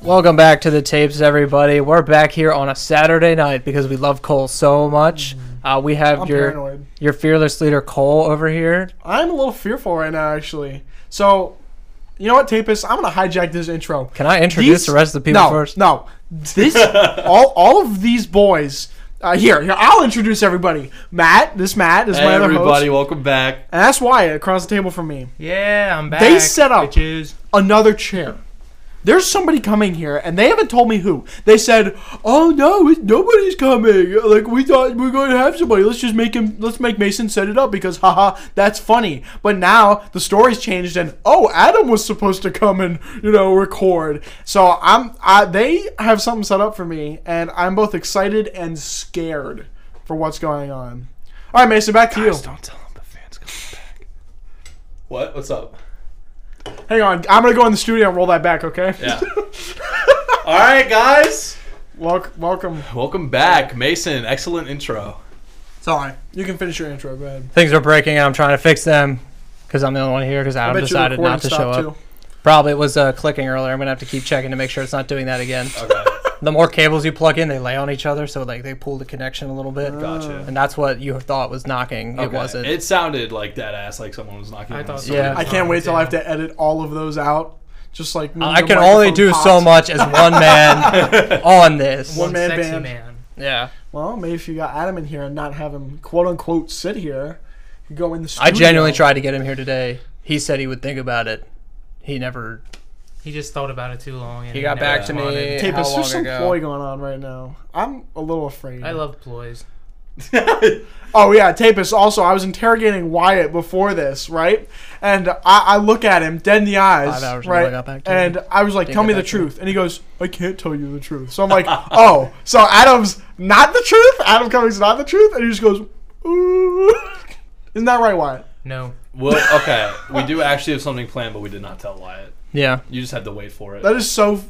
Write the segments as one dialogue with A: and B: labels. A: Welcome back to the tapes, everybody. We're back here on a Saturday night because we love Cole so much. Uh, we have
B: Mm-hmm. I'm
A: your
B: paranoid.
A: your fearless leader Cole over here.
B: I'm a little fearful right now, actually. So, you know what, Tapis? I'm gonna hijack this intro.
A: Can I introduce
B: These-
A: the rest of the people
B: no,
A: first?
B: No, this all all of these boys. Uh, here, here, I'll introduce everybody. Matt, this Matt is
C: Hey
B: my other
C: everybody,
B: host,
C: welcome back.
B: and that's Wyatt across the table from me.
D: Yeah, I'm back.
B: They set up-
D: Bitches.
B: Another chair. There's somebody coming here, and they haven't told me who. They said, "Oh no, it, nobody's coming. Like we thought we were going to have somebody. Let's just make him. Let's make Mason set it up because, haha, that's funny." But now the story's changed, and oh, Adam was supposed to come and you know record. So I'm. I, they have something set up for me, and I'm both excited and scared for what's going on. All right, Mason, back to you.
D: Don't tell them the fans come.
C: What? What's up?
B: Hang on, I'm gonna go in the studio and roll that back. Okay.
C: Yeah. All right, guys.
B: Welcome. Welcome.
C: Welcome back, Mason. Excellent intro.
B: Sorry. You can finish your intro. Go ahead.
A: Things are breaking, and I'm trying to fix them because I'm the only one here because Adam
B: bet you the
A: decided
B: recording
A: not to show
B: stopped,
A: up. Probably it was uh, clicking earlier. I'm gonna have to keep checking to make sure it's not doing that again.
C: Okay.
A: The more cables you plug in, they lay on each other, so like they pull the connection a little bit.
C: Gotcha.
A: And that's what you thought was knocking. It
C: Okay.
A: wasn't.
C: It sounded like dead ass, like someone was knocking.
D: I
C: on
D: thought
C: us.
D: so.
A: Yeah.
B: I can't wait till I have to edit all of those out. Just like when
A: I
B: the
A: can only
B: microphone
A: do
B: pops.
A: so much as one man on this.
B: One man
D: sexy
B: band.
D: man.
A: Yeah.
B: Well, maybe if you got Adam in here and not have him quote unquote sit here, you go in the studio.
A: I genuinely tried to get him here today. He said he would think about it. He never.
D: He just thought about it too long. And
A: He got
D: never
A: back to
D: responded.
A: me.
B: Tape
A: how
B: us.
A: long
B: There's some
A: ago.
B: ploy going on right now. I'm a little afraid.
D: I love ploys.
B: Oh yeah, Tapis. Also, I was interrogating Wyatt before this, right? And I, I look at him dead in the eyes,
A: Five hours ago,
B: right?
A: I got back to
B: and
A: you.
B: I was like,
A: Didn't
B: "Tell
A: get
B: me the
A: back to you.
B: truth," and he goes, "I can't tell you the truth." So I'm like, "Oh, so Adam's not the truth? Adam Cummings not the truth?" And he just goes, "Ooh." "Isn't that right, Wyatt?"
D: No.
C: Well, okay. We do actually have something planned, but we did not tell Wyatt.
A: Yeah.
C: You just had to wait for it.
B: That is so.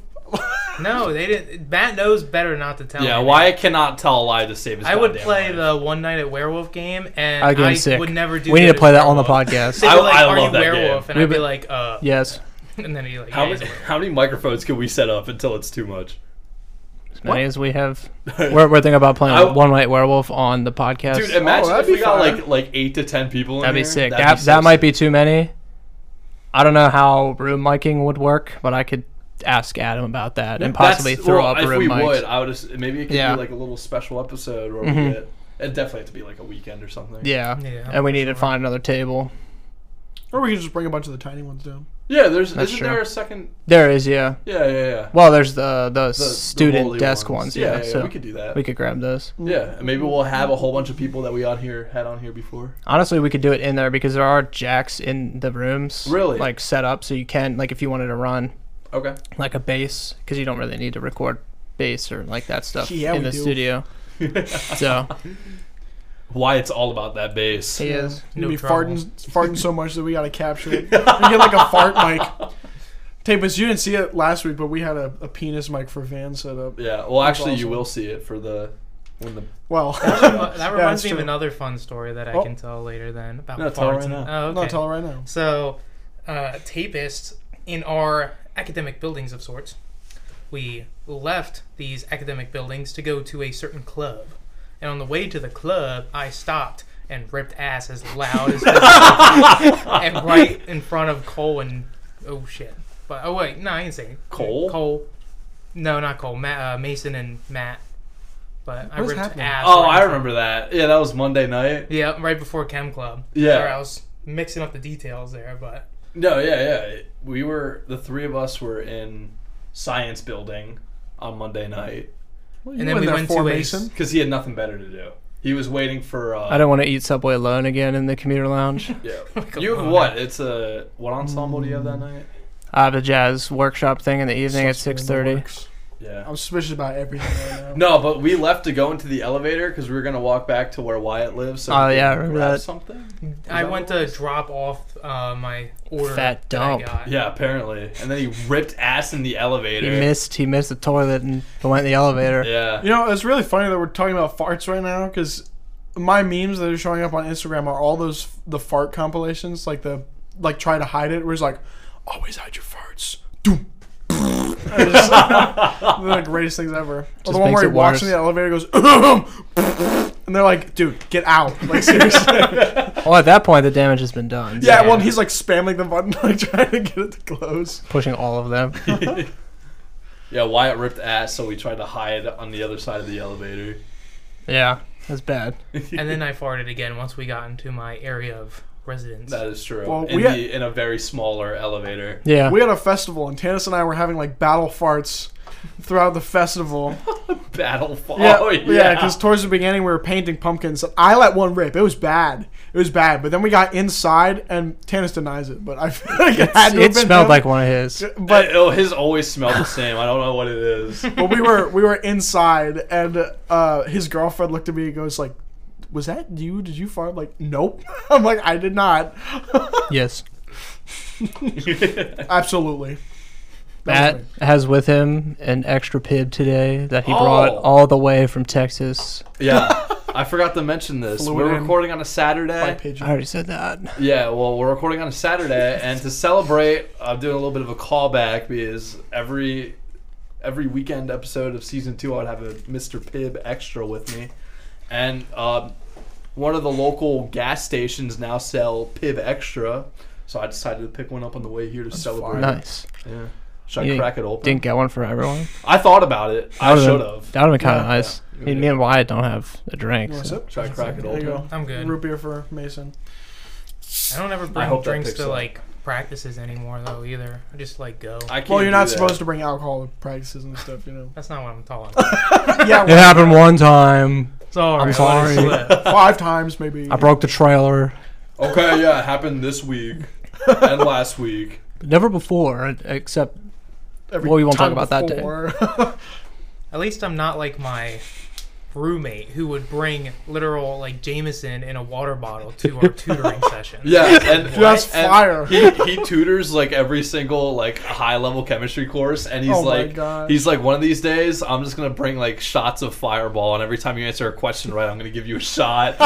D: No, they didn't. Matt knows better not to tell
C: yeah.
D: me.
C: Wyatt cannot tell a lie to save his.
D: I would
C: goddamn
D: play
C: life.
D: the One Night at Werewolf game, and
A: I
D: I,
A: get him sick.
D: would never do
A: we need
D: that
A: to play
D: as
A: that on the
D: werewolf.
A: podcast.
D: They'd be
C: I-
D: like,
C: I
D: Are
C: love
D: you
C: that game.
D: werewolf? And
A: We
D: I'd be
A: would-
D: like, uh.
A: yes.
D: And then he'd be like,
C: How
D: yeah,
C: many,
D: he's werewolf.
C: how many microphones can we set up until it's too much?
A: As many as we have. We're, we're thinking about playing
C: I-
A: One Night Werewolf on the podcast.
C: Dude, imagine
B: that'd
C: if we
B: be
C: got
B: fun.
C: like like eight to ten people. In
A: that'd be
C: here.
A: sick.
C: That'd
A: that
C: be so
A: that might
C: sick.
A: be too many. I don't know how room micing would work, but I could ask Adam about that and
C: That's-
A: possibly throw
C: well,
A: up
C: if
A: room
C: we
A: mics.
C: would, I would. Just, maybe it could
A: Yeah. Mm-hmm.
C: be like a little special episode where we get. It'd definitely have to be like a weekend or something.
A: Yeah.
D: Yeah,
A: and we need to find another table.
B: Or we could just bring a bunch of the tiny ones down.
C: Yeah, there's
A: That's
C: isn't
A: true.
C: there a second?
A: There is, yeah.
C: Yeah, yeah, yeah.
A: Well, there's the the,
C: The- the
A: student
C: lowly
A: desk ones. yeah, so
C: we could do that.
A: we could grab those.
C: yeah, and maybe we'll have a whole bunch of people that we on here had on here before.
A: Honestly, we could do it in there because there are jacks in the rooms.
C: Really?
A: Like set up so you can like if you wanted to run
C: Okay.
A: like a bass because you don't really need to record bass or like that stuff
B: Yeah,
A: in
B: we
A: the
B: do.
A: studio. so
C: Why it's all about that bass.
A: he is.
B: You'd
D: No
B: be
D: trouble.
B: farting, farting so much that we gotta capture it. We get like a fart mic. Tapis, you didn't see it last week, but we had a, a penis mic for Van set up.
C: Yeah. Well, actually, you
B: awesome.
C: will see it for the when the
B: Well,
D: Uh, that
B: Yeah,
D: reminds
B: it's
D: me
B: true.
D: of another fun story that I
B: Oh.
D: can tell later. Then about
C: No,
D: farts.
C: tell her right
D: and-
C: now.
D: Oh,
B: I'm
D: okay.
B: not telling right now.
D: So, uh, tapists in our academic buildings of sorts, we left these academic buildings to go to a certain club. And on the way to the club, I stopped and ripped ass as loud as and right in front of Cole and oh shit. But oh wait, no, I didn't say
C: Cole?
D: Cole, no, not Cole. Ma uh, Mason and Matt. But
B: What
D: I
B: is
D: ripped
B: happening?
D: ass.
C: Oh,
D: right in
C: I
D: front-
C: remember that. Yeah, that was Monday night.
D: Yeah, right before Chem Club.
C: Yeah.
D: Sorry, I was mixing up the details there, but
C: No, yeah, yeah. We were the three of us were in science building on Monday night
B: Well,
D: And
B: you
D: then we
B: there
D: went
B: for
D: to a-
B: Mason.
C: because he had nothing better to do. He was waiting for. Uh,
A: I don't want to eat Subway alone again in the commuter lounge.
C: Yeah.
D: Come
C: you have
D: on.
C: what? It's a what ensemble do you have that
A: Mm.
C: night?
A: I have a jazz workshop thing in the evening at
B: Suspect
A: six
B: in the
A: thirty.
B: works.
C: Yeah.
B: I'm suspicious about everything right now.
C: No, but we left to go into the elevator because we were gonna walk back to where Wyatt lives. So we
A: Oh,
C: could
A: yeah, I remember
C: grab
A: that.
C: Something.
D: I
C: that
D: went
C: what it
D: to drop off uh, my order.
A: Fat
D: that I
A: dump.
D: got.
C: Yeah, apparently. And then he ripped ass in the
A: He
C: elevator.
A: missed he missed the toilet and went in the elevator.
C: Yeah.
B: You know, it's really funny that we're talking about farts right now because my memes that are showing up on Instagram are all those the fart compilations, like the like try to hide it, where it's like, always hide your farts. Doom. It was one of the greatest things ever. Or the one
A: makes
B: where he
A: it
B: walks in
A: worse.
B: the elevator, goes, and they're like, "Dude, get out!" Like seriously.
A: Well, at that point, the damage has been done.
B: yeah, well, and he's like spamming the button, like trying to get it to close.
A: Pushing all of them.
C: Yeah, Wyatt ripped ass, so we tried to hide on the other side of the elevator.
A: yeah, that's bad.
D: and then I farted again once we got into my area of residence.
C: That is true.
B: Well,
C: in,
B: we
C: the,
B: had-
C: in a very smaller elevator.
A: Yeah.
B: We had a festival, and Tannis and I were having like battle farts throughout the festival.
C: Battle fall.
B: Yeah,
C: oh,
B: yeah. Because towards the beginning, we were painting pumpkins. I let one rip. It was bad. It was bad. But then we got inside, and Tannis denies it. But I feel like it had to have
A: it
B: been
A: smelled
B: him.
A: like one of his.
C: But oh, his always smelled the same. I don't know what it is.
B: But we were we were inside, and uh, his girlfriend looked at me and goes like, "Was that you? Did you fart?" I'm like, nope. I'm like, I did not.
A: Yes.
B: Absolutely. That
A: Matt
B: was
A: has with him an extra pib today that he
C: Oh.
A: brought all the way from Texas.
C: yeah, I forgot to mention this.
B: Flew it
C: we're
B: in.
C: recording on a
B: my
C: Saturday.
B: pigeon.
A: I already said that.
C: Yeah, well, we're recording on a Saturday, and to celebrate, I'm doing a little bit of a callback because every every weekend episode of season two, I'd have a Mr. Pibb extra with me, and um, one of the local gas stations now sell Pib Extra, so I decided to pick one up on the way here to celebrate.
A: Nice.
C: Yeah. Should I
A: You
C: crack it open?
A: Didn't get one for everyone.
C: I thought about it. I
A: That
C: should
A: would've
C: have.
A: That would have been kind
B: Yeah.
A: of nice.
C: Yeah.
A: I mean, me and Wyatt don't have a drink.
B: You want a
A: so-
B: sip?
C: Should I crack it
B: There you go.
C: open?
D: I'm good.
B: Root beer for Mason.
D: I don't ever
C: hope
D: bring
C: that
D: drinks
C: picks
D: to
C: up.
D: like practices anymore though either. I just like go.
C: I can't
B: Well, you're
C: do
B: not
C: that.
B: supposed to bring alcohol to practices and stuff, you know.
D: That's not what I'm talking about.
B: yeah,
A: It happened one time.
D: sorry.
A: I'm
D: I
A: sorry.
D: let it slip.
B: five times maybe.
A: I broke the trailer.
C: Okay, yeah, it happened this week and last week.
A: Never before, e, except
B: Every
A: Well, we won't talk
B: time
A: about that day.
B: before.
D: At least I'm not like my roommate who would bring literal like Jameson in a water bottle to our tutoring session.
C: Yeah, and
B: Just
C: and
B: fire.
C: He, he tutors like every single like high level chemistry course, and he's
B: Oh my
C: like,
B: God.
C: he's like, one of these days, I'm just gonna bring like shots of Fireball, and every time you answer a question right, I'm gonna give you a shot.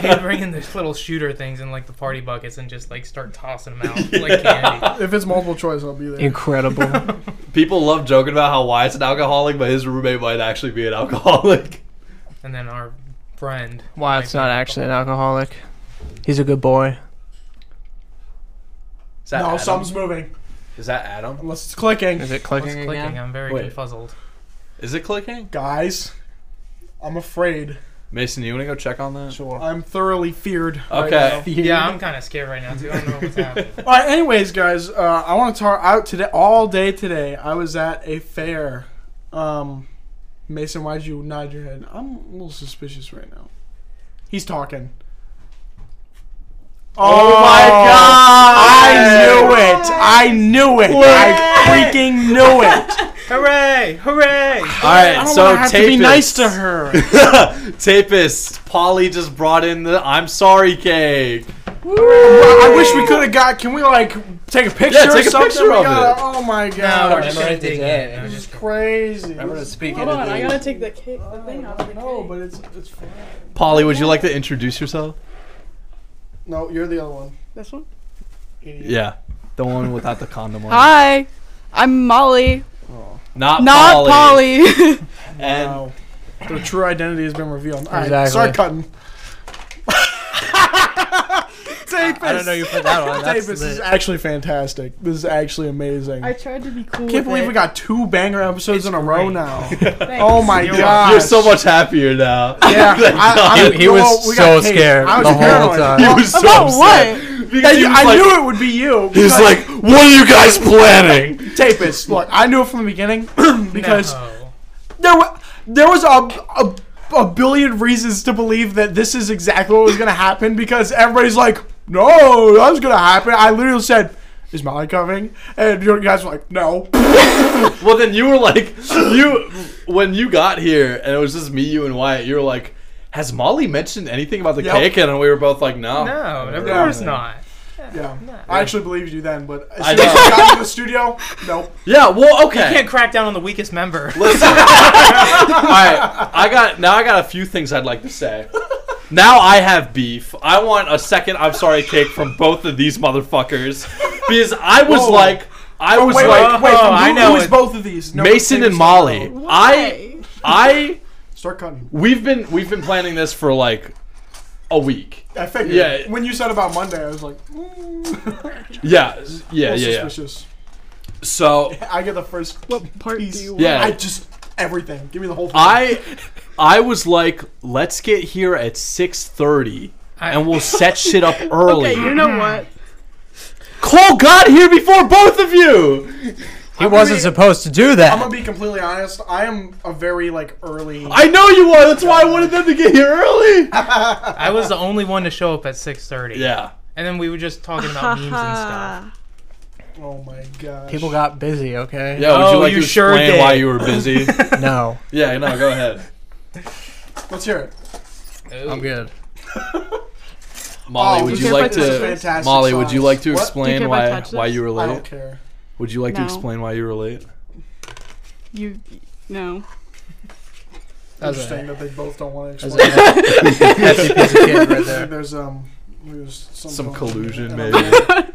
D: He'd bring in these little shooter things in like the party buckets and just like start tossing them out like candy.
B: if it's multiple choice, I'll be there.
A: incredible.
C: People love joking about how Wyatt's an alcoholic, but his roommate might actually be an alcoholic.
D: And then our friend
A: Wyatt's
D: might be
A: not actually an alcoholic. He's a good boy.
C: Is that
B: no,
C: Adam?
B: something's moving.
C: Is that Adam?
B: Unless it's clicking.
A: Is it
D: What's
A: clicking
D: clicking?
A: again?
D: I'm very
C: Wait.
D: confuzzled.
C: Is it clicking?
B: Guys, I'm afraid.
C: Mason, you wanna go check on that?
B: Sure. I'm thoroughly feared. right
C: Okay.
B: now.
D: Yeah, I'm kind of scared right now too. I don't know what's happening.
B: All right. Anyways, guys, uh, I want to talk out today. All day today, I was at a fair. Um, Mason, why'd you nod your head? I'm a little suspicious right now. He's talking. Oh, my god! I knew it! I knew it! I freaking knew it!
D: hooray! Hooray!
C: All right,
B: I don't
C: so
B: want to have to be
C: Tapis-
B: nice to her.
C: Tapis, Polly just brought in the I'm sorry cake.
B: I wish we could have got. Can we like take a picture
C: Yeah, take
B: or
C: a
B: something?
C: picture
B: We
C: of
B: gotta-
C: it.
B: Oh my
D: No,
B: god!
D: we're just
A: Memory
D: gonna
A: of the
D: dig
A: day.
D: in. I was just-
B: crazy.
A: speak
E: Hold on, I gotta take the cake, the thing out of the
B: No,
E: cake.
B: but it's it's fine.
C: Polly, would you like to introduce yourself?
B: No, you're the other one.
E: This one?
B: Idiot.
C: Yeah. The one without the condom on.
E: Hi, I'm Molly,
C: Not,
E: Ah, not
C: Polly.
E: Polly.
C: And
B: Wow. Their true identity has been revealed. All right,
A: Exactly.
B: start cutting. Tapis.
A: I don't know you put that on. That's
B: Tapis is
A: lit.
B: actually fantastic. This is actually amazing.
E: I tried to be cool.
B: can't believe we got two banger episodes
D: It's
B: in a row
D: great.
B: now. oh my
D: You're
B: god!
C: you're so much happier now.
B: Yeah, I, I,
A: He- he was
B: well, we
A: so
B: got taped.
A: scared
B: I was
A: the whole
B: paranoid.
A: time.
B: Well,
A: He
C: was so
E: About
C: upset.
E: what?
C: Because he was
B: I
C: like-
B: knew it would be you.
C: He was
B: because-
C: like, "What are you guys planning?"
B: Tapis. Look, I knew it from the beginning because
D: No.
B: there was there was a, a a billion reasons to believe that this is exactly what was gonna happen because everybody's like, no, that was gonna happen. I literally said, "Is Molly coming?" And you guys were like, "No."
C: Well, then you were like, you when you got here, and it was just me, you, and Wyatt. You were like, "Has Molly mentioned anything about the
B: Yep.
C: cake?" And we were both like, "No,
D: No, of
C: Yeah.
D: course not.
B: Yeah, I actually believed you then, but as
C: I
B: soon as
C: know.
B: we got to the studio, nope.
C: Yeah, well, okay.
D: You can't crack down on the weakest member.
C: Listen. All right, I got now. I got a few things I'd like to say. Now I have beef. I want a second. I'm sorry, cake from both of these motherfuckers because I was
B: Whoa.
C: like, I was
B: wait,
C: like
B: wait, wait.
D: Oh,
B: From who,
D: I know
B: who is
D: it.
B: both of these? No,
C: Mason
B: take
C: and
B: a-
C: Molly. I
E: Why?
C: I
B: Start cutting.
C: we've been we've been planning this for like a week.
B: I figured.
C: Yeah.
B: When you said about Monday, I was like, mm.
C: Yeah, yeah, yeah,
B: Well,
C: yeah.
B: suspicious.
C: So
B: I get the first.
E: What part
B: piece.
E: do you want?
C: Yeah.
B: I just everything. Give me the whole thing.
C: I I was like, let's get here at six thirty
D: I-
C: and we'll set shit up early.
E: Okay, you know what?
C: Cole got here before both of you.
A: He wasn't supposed to do
B: I'm
A: that.
B: gonna be completely honest. I am a very like early.
C: I know you are. That's why I wanted them to get here early.
D: I was the only one to show up at 6:30.
C: Yeah.
D: And then we were just talking about memes and stuff.
E: Ha.
B: oh my god.
A: People got busy, okay?
C: Yeah. Would you
D: Oh,
C: like
D: you
C: to
D: sure
C: explain
D: did.
C: why you were busy?
A: No,
C: yeah. No. Go ahead.
B: Let's hear it.
C: Oh.
A: I'm good.
C: Molly,
B: Oh,
C: would
E: did
C: you
E: you hear
C: like
E: about this
C: to?
B: fantastic
C: Molly, would you
B: song?
C: like to
B: What?
E: Did
C: explain
E: you hear
C: why
E: about
C: why you were
B: I don't
C: late?
B: care.
C: Would you like to
E: Oh, No.
C: explain why you were late?
E: You no.
A: That was
B: Interesting
A: a,
B: that they both don't want to
A: that was
B: explain.
A: a hefty piece of kid right there.
B: There's um. There's some,
C: Some
B: going on
C: collusion,
B: there.
C: maybe.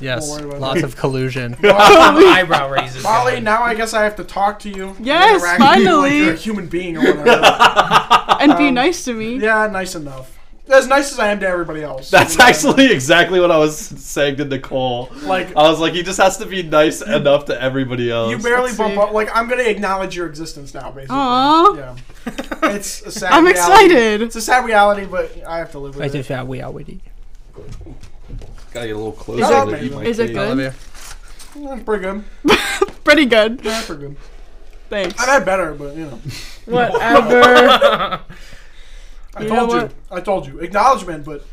A: Yes,
B: Don't worry about
A: lots
B: it.
A: of collusion.
D: Eyebrow raises.
B: Molly,
D: going.
B: now I guess I have to talk to you. and
E: Yes,
B: interact with you Like
E: finally.
B: you're a human being or whatever.
E: And be nice to me.
B: yeah, nice enough. As nice as I am to everybody else.
C: That's
B: You know,
C: actually exactly what I was saying to Nicole.
B: Like-
C: I was like, he just has to be nice enough to everybody else.
B: You barely
E: Let's
B: bump
E: see.
B: up. Like I'm gonna acknowledge your existence now, basically.
E: Aw.
B: Yeah. It's a sad.
E: I'm
B: reality.
E: excited.
B: It's a sad reality, but I have to live
A: I
B: with
A: did
B: it.
A: that. We are witty.
C: Gotta get a little closer.
E: Is
B: it-
C: to eat my
E: is it
C: cake.
E: good?
B: That's pretty good.
E: Pretty good.
B: Yeah, pretty good.
E: Thanks.
B: I've had better, but you know.
E: Whatever.
B: I
E: You know
B: told you.
E: what?
B: I told you. Acknowledgement, but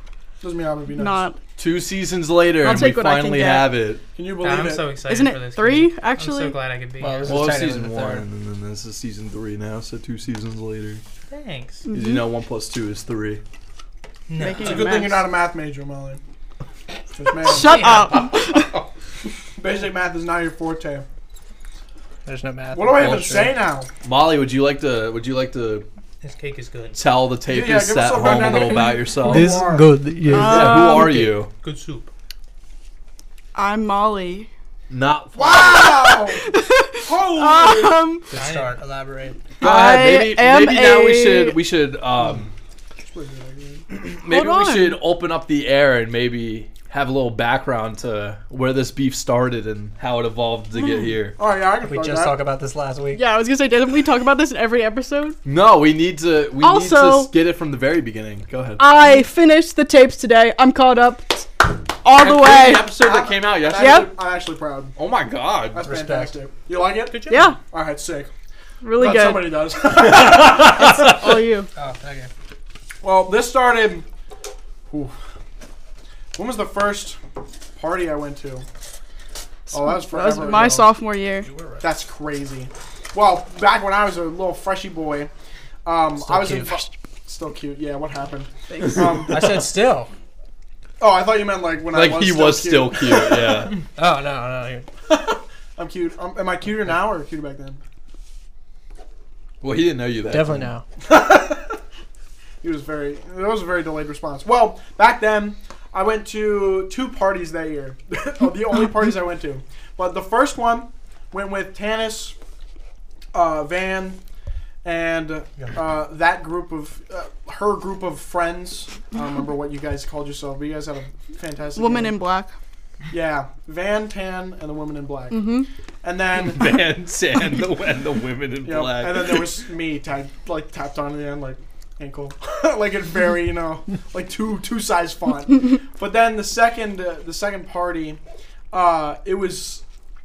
B: doesn't mean I'm gonna be nice.
E: Not.
C: Two seasons later,
E: I'll
C: and we
E: take what I can
C: finally
E: get.
C: have it.
B: Can you believe
D: I'm
B: it?
D: so excited
E: Isn't
D: for this.
E: it three?
D: I'm so
E: Actually,
D: glad I could be
A: Well,
D: here.
A: this is
C: Well, it's
A: technically
C: season
A: the
C: one,
A: third.
C: and then this is season three now. So two seasons later,
D: Thanks.
E: Mm-hmm.
C: 'Cause you know, one plus two is three.
D: No.
E: Making
B: it's a good
E: it
B: thing
E: mess.
B: you're not a math major, Molly. 'Cause, man,
E: Shut up.
B: basic math is not your forte.
A: There's no math.
B: What do I even
C: Bullshit.
B: say now?
C: Molly, would you like to? Would you like to
D: This cake is good.
C: tell the tapists
B: give us a
C: at home a
B: rundown.
C: little about yourself?
B: This-
C: yeah,
B: War.
A: good. Yeah.
E: Uh,
C: who
E: Um,
C: are you?
D: Good soup.
E: I'm Molly.
C: Not.
E: Ah!
B: Wow! Holy!
E: Um,
A: Good start. Elaborate.
C: Go ahead.
E: I
C: Maybe,
E: am
C: maybe now we
E: a-
C: should. We should. Um, Maybe
E: Hold
C: we
E: on.
C: should open up the air and maybe have a little background to where this beef started and how it evolved to get
E: Hmm.
C: here.
B: All right, yeah, I can
A: We
B: start
A: just
B: that.
A: talked about this last week.
E: yeah, I was gonna say, didn't we talk about this in every episode?
C: No, we need to. We need
E: Also-
C: to get it from the very beginning. Go ahead.
E: I finished the tapes today. I'm caught up all the
C: Including
E: way.
C: The episode that came out
B: I'm
C: yesterday.
E: Yep.
B: actually- I'm actually proud.
C: Oh my
B: That's
C: god.
A: Respect.
B: fantastic. You like it? Good job.
E: Yeah,
B: All right, sick.
E: really
B: Glad
E: good.
B: Somebody does.
E: All you.
A: Oh, okay.
B: well, this started. Ooh. When was the first party I went to? Oh, that was
E: That was
B: forever.
E: my
B: ago.
E: sophomore year.
B: That's crazy. Well, back when I was a little freshy boy, um, I was in.
A: cute.
B: Still cute. Yeah. What happened?
E: Thanks.
B: Um,
A: I said still.
B: oh, I thought you meant like when
C: Like
B: I was.
C: he
B: still
C: was
B: cute.
C: still cute. Yeah.
A: Oh no, no. You're...
B: I'm cute. Um, am I cuter now or cuter back then?
C: well, he didn't know you that.
A: Definitely now.
B: He was very. That was a very delayed response. Well, back then, I went to two parties that year. oh, the only parties I went to. But the first one went with Tanis, uh, Van, and uh, that group of uh, her group of friends. I don't remember what you guys called yourself, but you guys had a fantastic
E: Woman
B: name.
E: in black.
B: yeah, Van Tan and the woman in black,
E: hmm
B: and then.
C: Van Sand the, and the women in
B: Yep.
C: black.
B: And then there was me tagged, like tapped on at the end, like ankle, like in very you know like two two size font. but then the second uh, the second party, uh, it was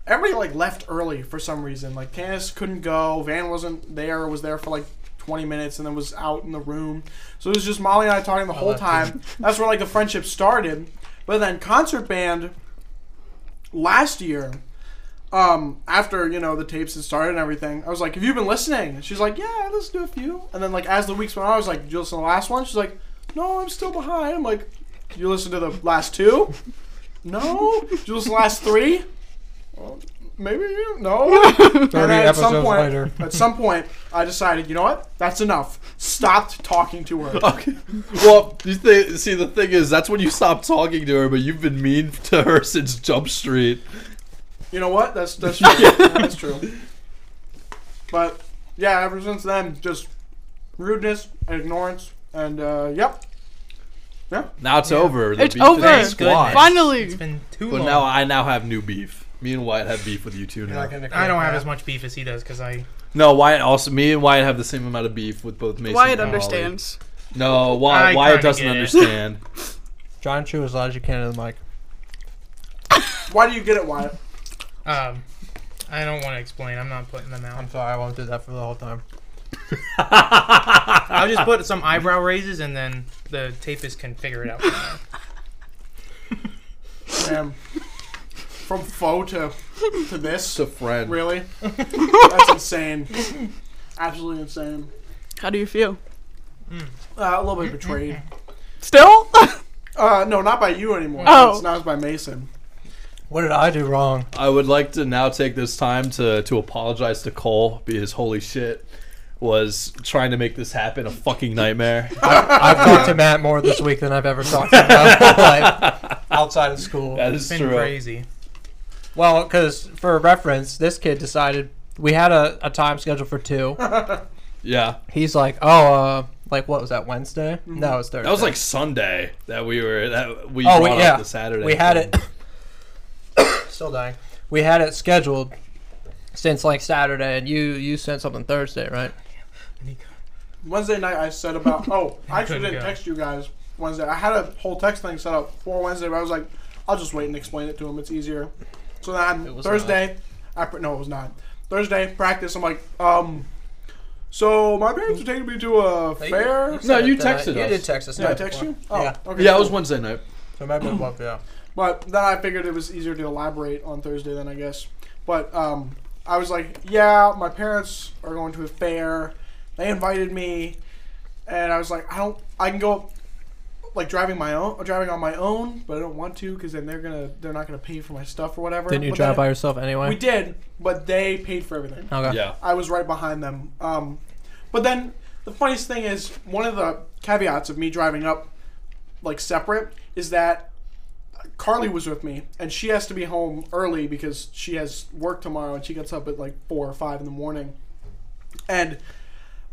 B: everybody like left early for some reason. Like Tannis couldn't go, Van wasn't there, was there for like. 20 minutes and then was out in the room. So it was just Molly and I talking the whole
A: left
B: time. That's where like the friendship started. But then concert band last year, um, after you know the tapes had started and everything, I was like, "Have you been listening?" And she's like, "Yeah, I listened to a few." And then like as the weeks went on, I was like, "Did you listen to the last one?" She's like, "No, I'm still behind." I'm like, "Did you listen to the last two? No. Did you listen to the last three? Well, maybe you no." And then at some point, at some point, I decided, you know what? That's enough. Stopped talking to her.
C: Okay. Well, you thi- see, the thing is, that's when you stopped talking to her, but you've been mean to her since Jump Street.
B: You know what? That's that's true. Yeah, that's true. But yeah, ever since then, just rudeness and ignorance, and uh, yep.
C: Now it's
D: Yeah.
C: over. The
E: It's
C: beef is
E: over.
D: Thank
C: squashed.
D: goodness.
E: Finally.
D: It's been too
C: But
D: long.
C: now I now have new beef. Me and Wyatt have beef with you two now.
D: I don't have as much beef as he does because I
C: No, Wyatt also. Me and Wyatt have the same amount of beef with both Mason.
E: Wyatt
C: and Ollie.
E: understands.
C: No,
D: I
C: Wyatt, Wyatt
D: kinda
C: doesn't
D: get it.
C: understand.
A: John, chew as loud as you can to the mic.
B: Why do you get it, Wyatt?
D: um I don't want to explain. I'm not putting them out.
A: I'm sorry, I won't do that for the whole time.
D: I'll just put some eyebrow raises and then the tapist can figure it out. from there.
B: Man, from faux to to this,
C: It's a friend.
B: really? That's insane. Absolutely insane.
E: How do you feel?
B: Uh, a little bit betrayed.
E: Still?
B: Uh, no, not by you anymore.
E: Oh.
B: It's not by Mason.
A: What did I do wrong?
C: I would like to now take this time to to apologize to Cole because holy shit was trying to make this happen a fucking nightmare.
A: I've talked to Matt more this week than I've ever talked to him in my whole life outside of school.
C: That
D: It's
C: is
D: been
C: true.
D: crazy.
A: Well, because for reference, this kid decided we had a, a time scheduled for two.
C: Yeah,
A: He's like, oh, uh, like what was that Wednesday? No, it was Thursday.
C: that was like Sunday that we were that we
A: Oh, we-
C: brought up
A: yeah.
C: the Saturday.
A: we had it.
C: thing.
A: still dying. We had it scheduled since like Saturday, and you you sent something Thursday, right?
B: Wednesday night, I said about. Oh, I actually
D: Couldn't
B: didn't
D: go.
B: text you guys Wednesday. I had a whole text thing set up for Wednesday, but I was like, I'll just wait and explain it to him. It's easier. So then
A: It
B: on
A: was
B: Thursday, I pr- no, it was not. Thursday practice. I'm like, um, so my parents are taking me to a fair.
A: sent
C: you
A: it that
C: texted
A: night.
C: us.
A: You did text us.
B: Did I
A: night
B: text
A: before.
B: you? Oh,
A: Yeah.
B: Okay,
C: Yeah, it
B: cool.
C: was Wednesday night.
A: So maybe it was, yeah.
B: But then I figured it was easier to elaborate on Thursday then I guess. But um, I was like, yeah, my parents are going to a fair. They invited me, and I was like, I don't, I can go, like driving my own, driving on my own, but I don't want to because then they're gonna, they're not gonna pay for my stuff or whatever.
A: Didn't you
B: But
A: drive by Oh.
B: then-
A: yourself anyway?
B: We did, but they paid for everything.
A: Okay.
C: Yeah,
B: I was right behind them. Um, but then the funniest thing is one of the caveats of me driving up like separate is that Carly was with me and she has to be home early because she has work tomorrow and she gets up at like four or five in the morning. And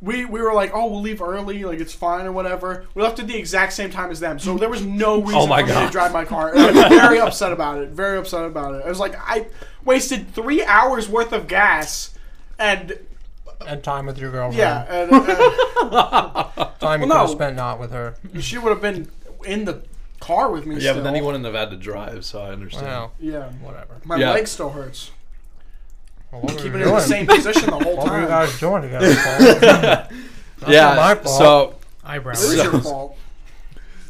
B: we, we were like, oh, we'll leave early, like it's fine or whatever. We left at the exact same time as them, so there was no reason
C: Oh my
B: for me
C: God.
B: to drive my car. And I was very upset about it. Very upset about it. I was like, I wasted three hours worth of gas, and
A: And time with your girlfriend.
B: yeah, and,
A: Time
B: uh,
A: you
B: Well,
A: could have
B: no.
A: spent not with her.
B: she would have been in the car with me.
C: yeah,
B: still.
C: but then he wouldn't have had to drive, so I understand.
A: Wow.
B: Yeah,
A: Whatever.
B: my
C: Yeah.
B: leg still hurts.
A: Well, what were
B: Keeping
A: you
B: it in the
A: doing?
B: same position the whole
A: What were you
B: time.
A: guys doing together? Paul?
C: yeah,
A: not my fault.
C: so
D: Eyebrow
B: It was
D: raises.
B: your fault.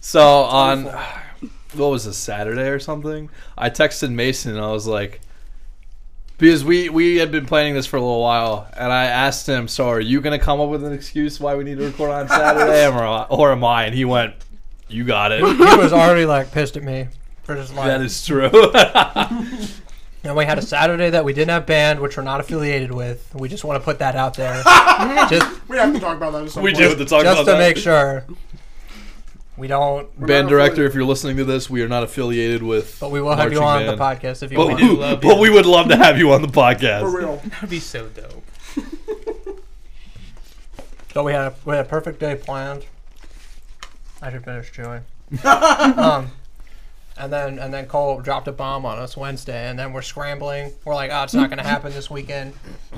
C: So on what was it, Saturday or something? I texted Mason and I was like because we we had been planning this for a little while and I asked him, "So are you going to come up with an excuse why we need to record on Saturday or, or am I?" And he went, "You got it."
A: he was already like pissed at me for just like.
C: that is true.
A: and we had a Saturday that we didn't have band, which we're not affiliated with. We just want to put that out there, just
B: We have to talk about that. At some
C: we
B: point.
C: do have to talk
A: just to
C: about that.
A: make sure we don't.
C: Band
B: not
C: director, if you're listening to this, we are not affiliated with
A: But we will have you on
C: marching
A: the
C: band.
A: podcast if you
C: But,
A: want.
D: do love
C: but
D: you.
C: we would love to have you on the podcast.
B: for real.
D: That'd be so dope.
A: So we had a, we had a perfect day planned. I should finish chewing. um, and then and then Cole dropped a bomb on us Wednesday, and then we're scrambling. We're like, oh, it's not gonna happen this weekend.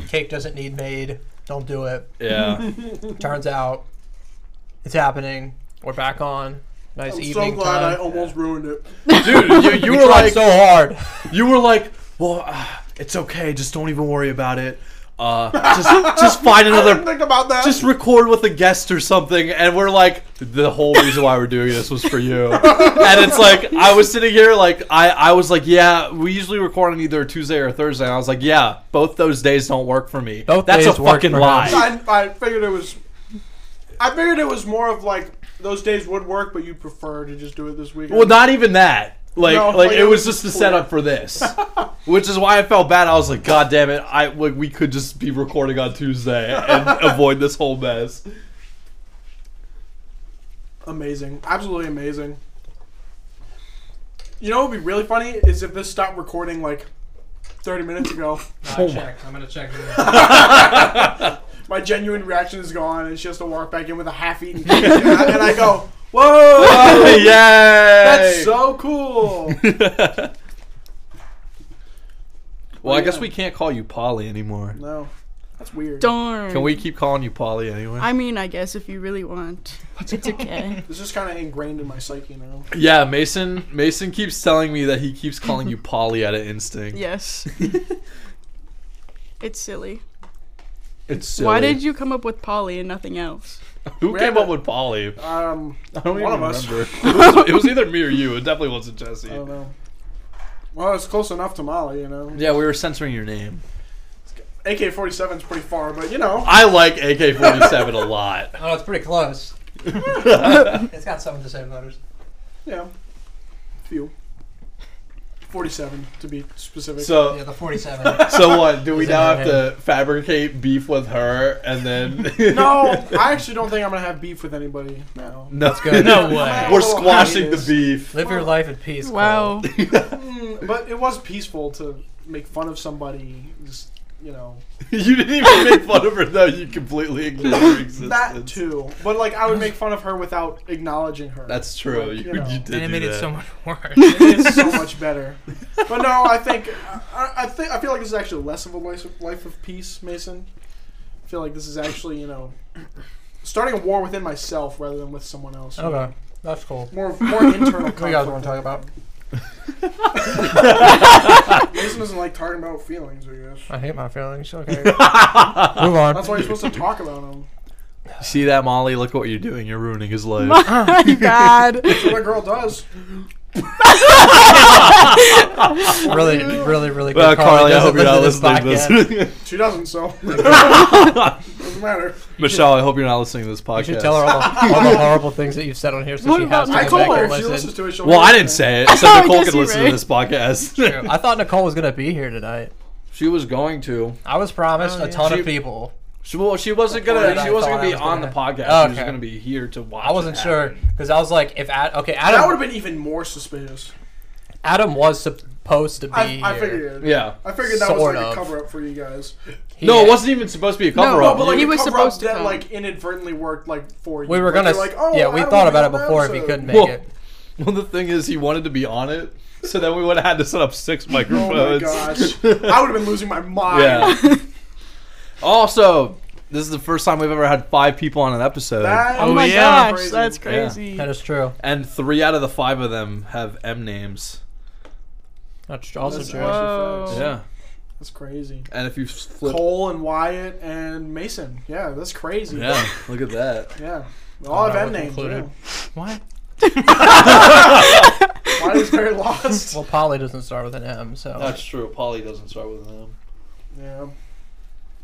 A: Cake doesn't need made. Don't do it.
C: Yeah.
A: Turns out, it's happening. We're back on. Nice
B: I'm so
A: evening
B: glad
A: time.
B: I almost ruined it.
C: Dude, you, you
A: we
C: were
A: tried
C: like
A: so hard.
C: You were like, "Well, uh, it's okay. Just don't even worry about it. Uh, just, just find
B: I didn't
C: another.
B: think about that.
C: Just record with a guest or something." And we're like, "The whole reason why we're doing this was for you." and it's like, I was sitting here, like, I, I was like, "Yeah, we usually record on either Tuesday or Thursday." And I was like, "Yeah, both those days don't work for me.
A: Both
C: That's
A: days
C: a
A: work
C: fucking
A: for
C: lie."
A: him.
B: I, I figured it was. I figured it was more of like those days would work, but you prefer to just do it this weekend.
C: Well, not even that. Like,
B: No, Oh,
C: like
B: like,
C: it
B: it was
C: was just the
B: just
C: setup for this, which is why I felt bad. I was like, "God damn it! I like we could just be recording on Tuesday and avoid this whole mess."
B: Amazing. Absolutely amazing. You know what would be really funny is if this stopped recording like 30 minutes ago.
D: I checked. I'm gonna check.
B: My genuine reaction is gone, and she has to walk back in with a half-eaten cake. and, I, and I go, "Whoa,
C: Yay!
B: that's so cool!"
C: well, I guess
B: yeah.
C: we can't call you Polly anymore.
B: No, that's weird.
E: Darn.
C: Can we keep calling you Polly anyway?
E: I mean, I guess if you really want, it's okay.
B: This is kind of ingrained in my psyche now.
C: yeah, Mason. Mason keeps telling me that he keeps calling you Polly out of instinct.
E: yes. it's silly.
C: It's
E: Why did you come up with Polly and nothing else?
C: Who
B: We
C: came
B: had
C: up with Polly?
B: Um,
C: I don't
B: One
C: even
B: of us.
C: remember. it, was, it was either me or you. It definitely wasn't Jesse.
B: I don't know. Well, it's close enough to Molly, you know.
C: Yeah, we were censoring your name.
B: AK 47 is pretty far, but you know.
C: I like AK forty seven a lot.
A: Oh, it's pretty close. it's got some of the same letters.
B: Yeah. Few. 47, to be specific.
A: Yeah,
C: So
A: the 47.
C: so what? Do we
A: Is it
C: now
A: her
C: have to fabricate beef with her and then
B: no, I actually don't think I'm going to have beef with anybody now.
C: No,
A: That's good.
D: No way.
C: We're squashing the beef.
A: Live your life in peace. Cole.
E: Wow.
B: Mm, but it was peaceful to make fun of somebody. Just, you know.
C: you didn't even make fun of her though. You completely ignored her existence.
B: That too. But, like, I would make fun of her without acknowledging her.
C: That's true. You,
B: You know.
C: you did
D: and
C: do
D: it made it
C: that.
D: so much worse.
B: it's so much better. But no, I think I, I think I feel like this is actually less of a life of, life of peace, Mason. I feel like this is actually you know starting a war within myself rather than with someone else.
A: Okay, that's cool.
B: More more internal.
A: What do you guys want to talk
B: conflict.
A: about?
B: Mason doesn't like talking about feelings. I guess
A: I hate my feelings. Okay. Move on.
B: that's why you're supposed to talk about them.
C: See that, Molly? Look what you're doing. You're ruining his life.
E: My God.
B: That's what a girl does.
A: really, really, really good.
C: well, Carly, I
A: doesn't
C: hope you're not
A: listen
C: listening to
A: this podcast.
C: this.
B: She doesn't. So doesn't matter.
C: Michelle, I hope you're not listening to this
A: You
C: podcast.
A: should tell her all the, all the horrible things that you've said on here, so
E: What
A: she
E: about
A: has to
E: my
B: I
A: go
B: told
A: back
B: her
A: and
B: if she
A: listen.
B: listens to it. She'll
C: Well, I didn't
B: listen.
C: say it,
A: Oh,
C: so Nicole
E: Yes,
C: can
E: you're
C: listen to
E: right.
C: this podcast.
A: I thought Nicole was gonna be here tonight.
C: she was going to.
A: I was promised
D: Oh, yeah.
A: a ton
C: She-
A: of people.
C: She, well, she wasn't
A: Before
C: gonna.
A: that,
C: She
A: I
C: wasn't
A: thought
C: gonna be
A: I was
C: on the
A: gonna-
C: podcast. She was
A: Okay.
C: gonna be here to watch.
A: I wasn't
C: it
A: sure
C: happen.
A: because I was like, if Ad, okay,
B: That would have
A: Adam,
B: been even more suspicious.
A: Adam was supposed to be
B: I, I
A: here.
B: figured.
C: Yeah.
B: I figured that
A: Sort
B: was like
A: of.
B: a cover up for you guys.
A: He-
C: no, it wasn't even supposed to be a cover
E: no,
C: up.
E: but like- He
B: the
E: was
B: cover
E: supposed
B: up
E: to
B: That
E: come.
B: like inadvertently worked like for you.
A: We were
B: Like,
A: gonna,
B: you're like,
A: s-
B: oh,
A: yeah, we
B: Adam
A: thought
B: will be
A: about it
B: on that
A: before if he
B: episode.
A: couldn't make
C: Well,
A: it.
C: well, the thing is, he wanted to be on it, so then we would have had to set up six
B: Oh my
C: microphones.
B: gosh, I would have been losing my mind.
C: yeah. also, this is the first time we've ever had five people on an episode,
B: That
E: Oh
D: Oh,
E: my
D: yeah.
E: gosh, that's
C: Yeah.
E: crazy.
A: That is true.
C: and three out of the five of them have M names.
A: That's tr- also
B: That's
A: true.
B: awesome.
E: Whoa.
A: Oh.
C: Yeah.
B: That's crazy.
C: And if you flip,
B: Cole and Wyatt and Mason. Yeah, that's crazy.
C: yeah, look at that.
B: Yeah. They all have
A: I wasn't
B: end names.
A: included.
B: Yeah.
D: what?
B: Wyatt's very lost.
A: Well, Polly doesn't start with an M, so
C: That's true. Polly doesn't start with an M.
B: Yeah.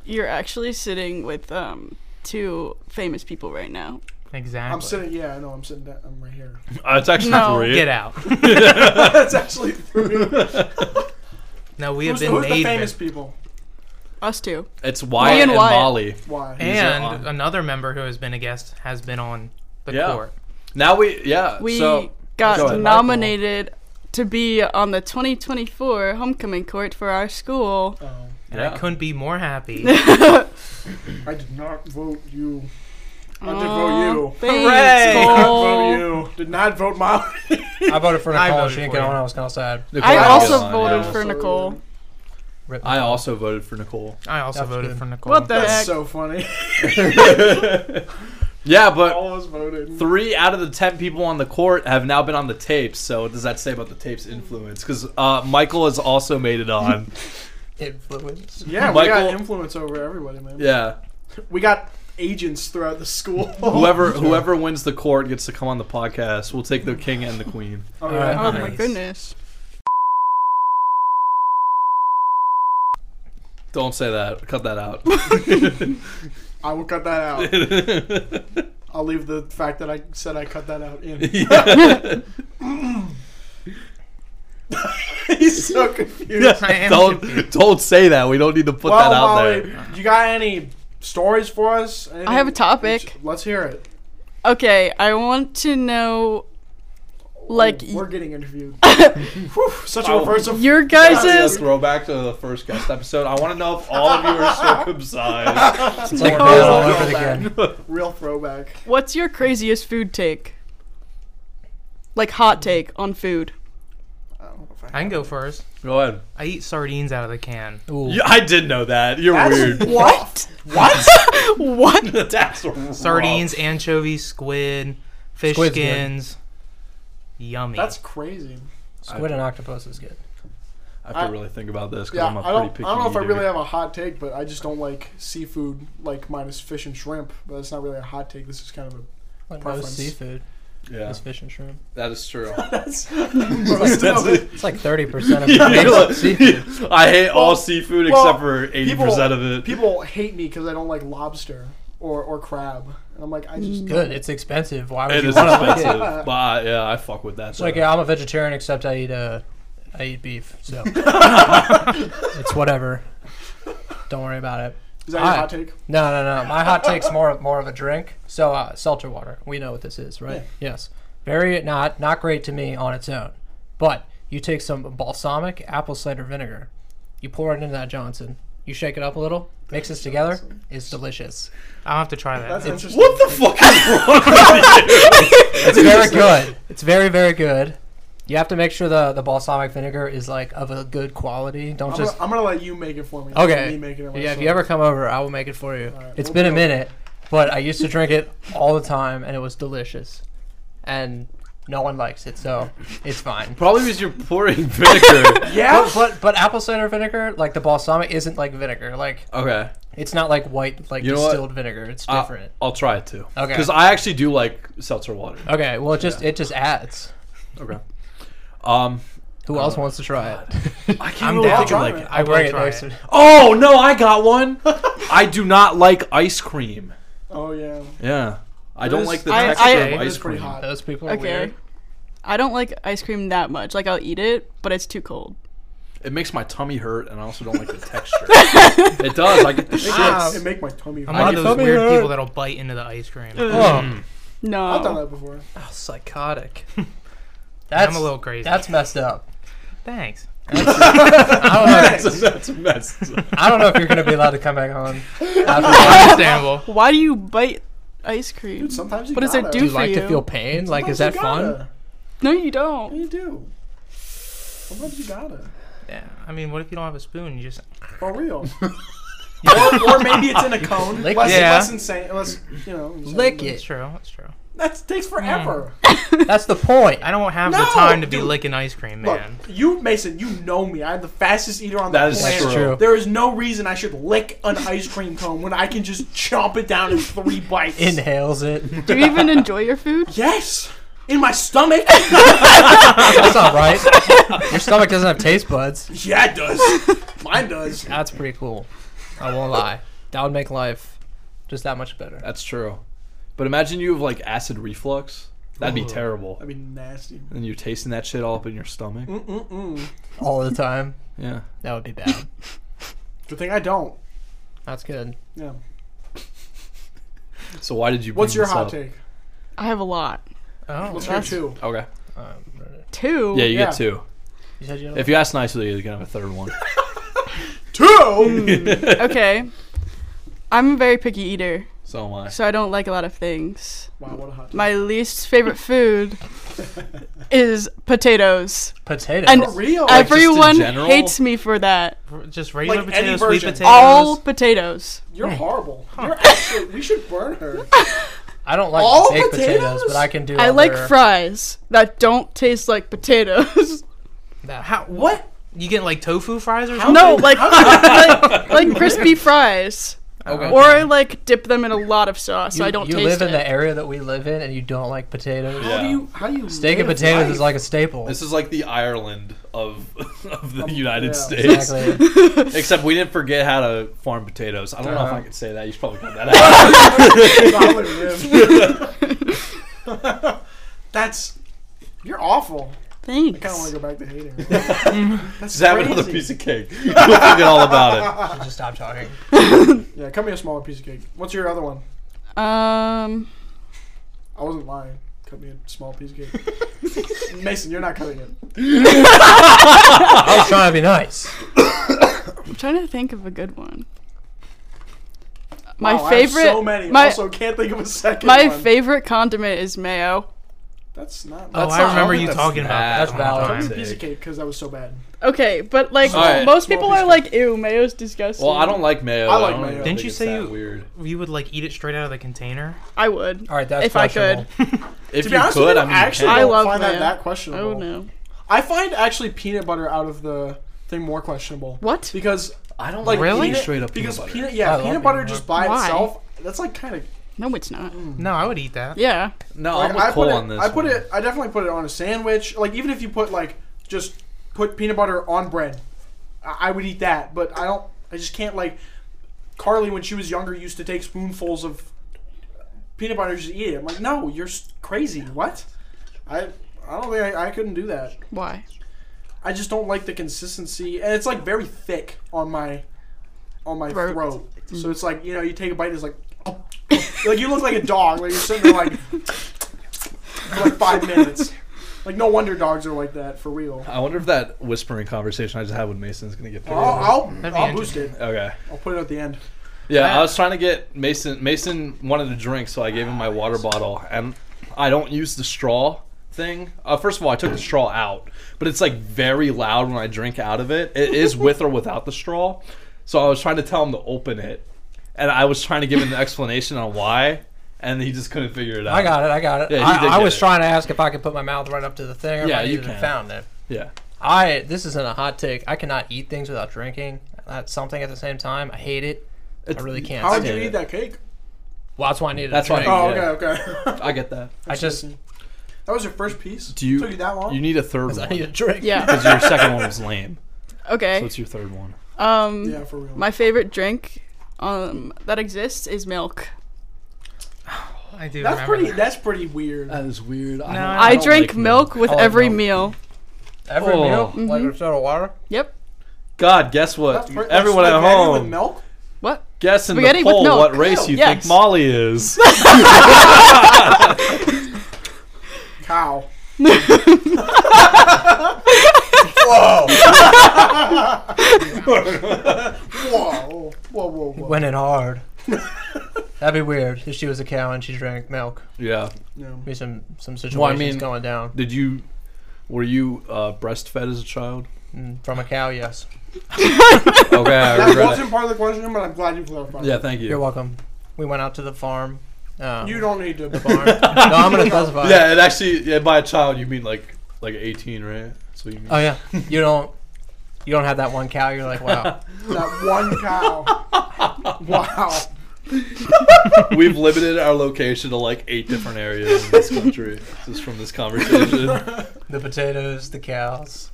E: You're actually sitting with um two famous people right now.
D: Exactly.
B: I'm sitting. Yeah, I know. I'm sitting. Down, I'm right here.
C: Uh, it's actually
E: No.
C: three.
D: Get out.
B: that's actually three.
D: No, we have
B: Who's,
D: been
B: who's the
D: made.
B: famous
D: men-
B: people?
E: Us two.
C: It's Wyatt
E: and
C: and
E: Wyatt.
C: Molly.
B: Why?
C: These are on.
D: And another member who has been a guest has been on the
C: Yeah.
D: court.
C: Now we, yeah.
E: We
C: so
E: got
C: go ahead.
E: nominated to be on the 2024 homecoming court for our school.
B: Oh,
D: And
C: Yeah.
D: I couldn't be more happy.
B: I did not vote you. I did
E: Aw,
B: vote you.
E: Oh, Thanks,
C: Hooray.
B: Did not
E: Cole.
B: vote you. Did not vote Molly.
A: I voted for
D: I
A: Nicole.
D: voted
A: She didn't
D: for
A: get
D: you.
A: on. I was kind of sad.
C: Nicole
E: I
C: got
E: also
C: on,
E: voted
C: yeah.
E: for
B: Absolutely.
E: Nicole.
A: Rip
C: I also voted for Nicole.
D: I also
A: That's
D: voted
A: good.
D: for Nicole.
E: What the
B: That's
E: heck?
B: so funny.
C: Yeah, but
B: All of us voted.
C: three out of the ten people on the court have now been on the tapes. So what does that say about the tapes' influence? Because uh, Michael has also made it on.
A: influence.
B: Yeah, we
C: Michael-
B: got influence over everybody, man.
C: yeah,
B: We got agents throughout the school.
C: whoever whoever wins the court gets to come on the podcast. We'll take the king and the queen.
B: Oh,
A: All
B: yeah.
C: Uh-huh.
A: right.
E: Oh my
A: Nice.
E: goodness.
C: Don't say that. Cut that out.
B: I will cut that out. I'll leave the fact that I said I cut that out in. He's so confused.
D: I am
C: don't
D: confused.
C: don't say that. We don't need to put
B: well,
C: that out
B: Molly,
C: there.
B: you got any stories for us? Anything-
E: have a topic.
B: Let's hear it.
E: Okay, I want to know Like,
B: we're getting interviewed. Whew, such a
C: Wow.
B: reversal.
E: Your
C: That's
E: guys'
C: a throwback to the first guest episode. I want to know if all of you are circumcised.
A: It's like
E: No.
A: we're doing it all
B: Real
A: over again.
B: throwback. Real throwback.
E: What's your craziest food take? Like hot take on food.
B: I don't know if I-
D: I can go first.
C: Go ahead.
D: I eat sardines out of the can.
C: Yeah, I did know that. You're weird.
B: What?
E: What?
C: That's rough.
D: Sardines, anchovies, squid, fish
A: Squid's good.
D: skins. Yummy.
B: That's crazy.
A: Squid and octopus is good.
C: I have
B: I-
C: to really think about this because
B: Yeah,
C: I'm a
B: I
C: pretty
B: don't.
C: picky
B: I don't know if I
C: eater.
B: really have a hot take, but I just don't like seafood, like minus fish and shrimp. But that's not really a hot take. This is kind of a.
A: Like most
B: Preference.
A: seafood
C: Yeah,
A: is fish and shrimp.
C: that is true.
B: That's
C: That's
B: it.
C: it.
A: It's like 30% of
C: Yeah,
A: the
C: look,
A: seafood.
C: I hate all seafood
B: well,
C: except for eighty percent of it.
B: People hate me because I don't like lobster or, or crab, and I'm like, I just
A: Good. It's expensive. Why would
C: it
A: you
C: is
A: want to like it?
C: expensive, but I- yeah, I fuck with that.
A: It's like
C: though.
A: yeah, I'm a vegetarian except I eat uh, I eat beef, so it's whatever. Don't worry about it.
B: Is that your
A: I-
B: hot take?
A: No, no, no. My hot take's more more of a drink. So uh, seltzer water. We know what this is, right? Yes. Very not not great to me on its own, but you take some balsamic apple cider vinegar, you pour it into that Johnson, you shake it up a little, mix this together. It's delicious.
D: I'll have to try that.
B: That's interesting.
C: what the fuck is wrong with you?
A: It's very good. It's very very good. You have to make sure the, the balsamic vinegar is like of a good quality. Don't
B: I'm,
A: just
B: gonna, I'm gonna let you make it for me. Let
A: Okay.
B: Me make it
A: Yeah, if you ever come over, I will make it for you.
B: Alright,
A: It's
B: we'll
A: been a
B: go.
A: minute, but I used to drink it all the time, and it was delicious. And no one likes it, so it's fine.
C: Probably because you're pouring vinegar.
A: Yeah, but, but but apple cider vinegar, like the balsamic, isn't like vinegar. Like
C: okay,
A: it's not like white, like
C: You know what? Uh,
A: distilled vinegar. It's
C: I-
A: different.
C: I'll try it too.
A: Okay.
C: because I actually do like seltzer water.
A: okay, well, it just it just adds.
C: Okay. Um,
A: Who else wants to try it?
C: I can't
D: I'm
C: really
D: down.
B: I'll
C: think of
B: try
C: like.
B: it.
D: I
A: I'll
D: will
A: bring it
D: try
A: next.
D: it.
A: to-
C: Oh no, I got one. I do not like ice cream.
B: Oh yeah.
C: Yeah, I don't
B: is-
C: like the
E: I-
C: texture
E: I-
C: of
B: It
C: ice
B: is pretty
C: cream.
B: hot.
A: Those people are
E: Okay.
A: weird.
E: I don't like ice cream that much. Like I'll eat it, but it's too cold.
C: It makes my tummy hurt, and I also don't like the texture. it does. I get the shits.
A: Ah.
B: It make my tummy.
D: I'm
B: hurt.
D: one of
A: get
D: those
A: some
D: weird
A: here.
D: people that'll bite into the ice cream.
A: Oh,
E: No.
B: I've done that before.
A: psychotic. That's
D: I'm a little crazy.
A: That's messed up.
D: Thanks.
A: I don't know.
C: that's, that's a mess.
A: I don't know if you're gonna be allowed to come back on.
D: Understandable.
E: Why do you bite ice cream?
B: Dude, sometimes you.
E: What does it
B: gotta.
E: do
A: Do you
E: for
A: like
E: you.
A: to feel pain? Like, is that
B: Sometimes you
A: fun?
B: gotta.
E: No, you don't.
B: You do. Sometimes you gotta.
D: Yeah. I mean, what if you don't have a spoon? You just
B: For real. or, or maybe it's in a cone.
A: Lick
B: less,
D: it. Yeah.
B: less insane. Less, you know. insane,
A: Lick
B: but-
A: it.
D: That's true. That's true.
B: That takes forever.
A: That's the point.
D: I don't have the
B: No,
D: time to be
B: dude.
D: licking ice cream,
B: Look,
D: man.
B: you Mason, you know me. I'm the fastest eater on the
C: That is
B: planet.
A: That's true.
B: There is no reason I should lick an ice cream cone when I can just chomp it down in three bites.
A: Inhales it.
E: Do you even enjoy your food?
B: yes, in my stomach.
A: That's not right. Your stomach doesn't have taste buds.
B: yeah, it does. Mine does.
A: That's pretty cool. I won't lie. That would make life just that much better.
C: That's true. But imagine you have like acid reflux. That'd be
D: Ooh.
C: terrible.
B: That'd be nasty.
C: And you're tasting that shit all up in your stomach.
B: Mm. Mm-mm-mm.
A: All the time.
C: Yeah.
A: That would be bad.
B: Good thing I don't.
A: That's good.
B: Yeah.
C: So why did you?
B: What's
C: bring
B: your
C: this
B: hot
C: up?
B: take?
E: I have a lot.
D: Oh,
B: What's your two?
C: Okay.
A: Um,
E: Two.
C: Yeah, you
B: Yeah.
C: get two.
A: you said you had a-
C: If you ask nicely, you're gonna have a third one.
B: Two.
E: Okay. I'm a very picky eater,
C: so am I.
E: so I don't like a lot of things.
B: wow, what a hot take.
E: My least favorite food is potatoes.
A: potatoes.
E: And
B: For real.
C: Like, just in
E: everyone
C: general?
E: hates me for that.
D: R- Just regular
B: Like any
D: potatoes, sweet
B: version.
D: potatoes.
E: All potatoes.
B: You're horrible. You're actually. We should burn her.
A: I don't like
B: All
A: baked potatoes?
B: potatoes?
A: but I can do.
E: I
A: other-
E: like fries that don't taste like potatoes.
D: That- How?
B: What?
D: You getting like tofu fries or something?
E: no, like, like like crispy fries.
A: Okay.
E: Or I like dip them in a lot of sauce so I don't
A: you
E: taste
A: live in
E: it.
A: the area that we live in, and you don't like potatoes.
B: How do
C: Yeah.
B: you? How do you?
A: Steak and
B: live
A: potatoes
B: life?
A: is like a staple.
C: This is like the Ireland of of the United
B: yeah.
C: States.
A: Exactly.
C: Except we didn't forget how to farm potatoes. I don't know if I
A: Uh-huh.
C: could say that. You should probably cut that out.
B: Solid rib. That's you're awful. I kind of want
E: Thanks.
B: to go back to hating. her. That's
C: Just have
B: crazy.
C: another piece of cake. You'll forget all about
A: Should just stop talking.
B: Yeah, cut me a smaller piece of cake. What's your other one?
E: Um
B: I wasn't lying. Cut me a small piece of cake. Mason, you're not cutting it.
A: I was trying to be nice.
E: I'm trying to think of a good one. My
B: Wow, Oh, I have
E: favorite.
B: so many.
E: My,
B: also, can't think of a second.
E: my
B: one.
E: favorite condiment is mayo.
B: That's not.
D: Oh,
B: That's
D: I
C: not-
D: remember
C: I don't
D: you
C: think
D: talking about that.
C: that's
D: That's
A: valid.
B: Cut
D: valid.
B: me
C: I'm
B: a piece
C: sick.
B: of cake because that was so bad.
E: Okay, but like
C: All right.
E: most people
B: Small
E: are like, ew, mayo's disgusting.
C: Well, I don't like mayo.
B: I like
C: don't
B: mayo.
C: think
D: Didn't you
C: it's
D: say
C: that
D: you-
C: weird?
D: You would like eat it straight out of the container.
E: I would.
A: All right, that's
E: If I could.
A: questionable.
C: If
B: To
C: you
B: be honest,
C: could,
B: with you,
C: I mean,
B: I actually
E: I
B: don't
E: love
B: find
E: mayo.
B: that that questionable.
E: Oh no.
B: I find actually peanut butter out of the thing more questionable.
E: What?
B: Because
C: I don't
B: like
D: Really?
B: peanut,
C: straight up
B: because
C: peanut butter.
B: peanut
A: I
B: yeah
A: love
B: peanut butter
A: peanut
B: just
E: butter.
B: by
E: Why?
B: itself that's like kind of
E: No, it's not.
B: Mm-hmm.
D: No, I would eat that.
E: Yeah.
C: No,
B: like,
C: I'm with
B: I put
C: Cole
B: it,
C: on this.
B: I put
C: one.
B: it I definitely put it on a sandwich like even if you put like just put peanut butter on bread I, I would eat that but I don't I just can't like Carly when she was younger used to take spoonfuls of peanut butter and just eat it I'm like no you're s- crazy what I I don't think I, I couldn't do that
E: Why?
B: I just don't like the consistency, and it's like very thick on my on my
E: Throat. Mm-hmm.
B: throat. So it's like you know, you take a bite, it's like like you look like a dog, like you're sitting there like for like five minutes. Like no wonder dogs are like that for real.
C: I wonder if that whispering conversation I just had with Mason is gonna get. picked up.
B: I'll
D: That'd
B: I'll,
D: be
B: I'll boost it.
C: Okay.
B: I'll put it at the end.
C: Yeah,
D: Uh,
C: I was trying to get Mason. Mason wanted a drink, so I gave him my water bottle, and I don't use the straw thing. Uh, first of all, I took the straw out, but it's like very loud when I drink out of it. It is with or without the straw, so I was trying to tell him to open it, and I was trying to give him the explanation on why, and he just couldn't figure it out.
A: I got it. I got it.
C: Yeah, he did
A: I, I
C: get
A: was
C: it.
A: trying to ask if I could put my mouth right up to the thing. Or if
C: Yeah,
A: I
C: you
A: needed to
C: can.
A: Found it.
C: Yeah.
A: I this isn't a hot take. I cannot eat things without drinking. That's something at the same time. I hate it. I
C: It's-
A: really can't.
B: How would you
A: stand
B: eat
A: it.
B: that cake?
A: Well, that's why I needed.
C: That's
A: a
C: why-
A: drink.
B: Oh,
C: Yeah.
B: okay, okay.
C: I get that.
A: I just
B: that was your first piece.
C: Do you?
B: took you that long?
C: You need a third
A: 'cause I
C: one
A: need a drink.
E: Yeah.
C: because your second one was lame. So
E: Okay.
C: it's your third one.
E: Um,
B: yeah, for real.
E: my favorite drink, um, that exists is milk.
D: I do
B: that's
D: remember
B: pretty.
D: that.
B: That's pretty weird.
C: is weird.
D: No, don't- I
E: I,
D: don't
E: drink milk with
A: I like
E: every
A: milk.
E: meal.
A: Every
C: Oh.
A: meal, like a soda water.
E: Yep.
C: God, guess what?
B: That's pretty- that's
C: Everyone at
B: spaghetti with
C: home.
B: milk.
E: What?
C: Guess in
E: Spaghetti
C: the
E: with
C: poll
E: milk.
C: what race you
E: Yes.
C: think Molly is.
B: Cow.
A: Whoa!
B: Whoa. Whoa. Whoa. Whoa.
A: Went in hard. That'd be weird if she was a cow and she drank milk.
C: yeah.
B: No.
A: Be some some situations
C: Well, I mean-
A: going down
C: Did you? Were you uh, breastfed as a child?
A: Mm, from a cow. Yes.
C: Okay, I
B: That
C: regret it.
B: wasn't part of the question, but I'm glad you clarified.
C: Yeah, thank
A: You're
C: you.
A: welcome. We went out to the farm. Um,
B: You don't need to.
A: farm. no, I'm gonna specify.
C: Yeah, it actually. Yeah, by a child you mean like like 18, right? So you mean.
A: Oh yeah. You don't. You don't have that one cow. You're like, wow.
B: that one cow. Wow.
C: We've limited our location to like eight different areas in this country just from this conversation.
A: the potatoes, the cows.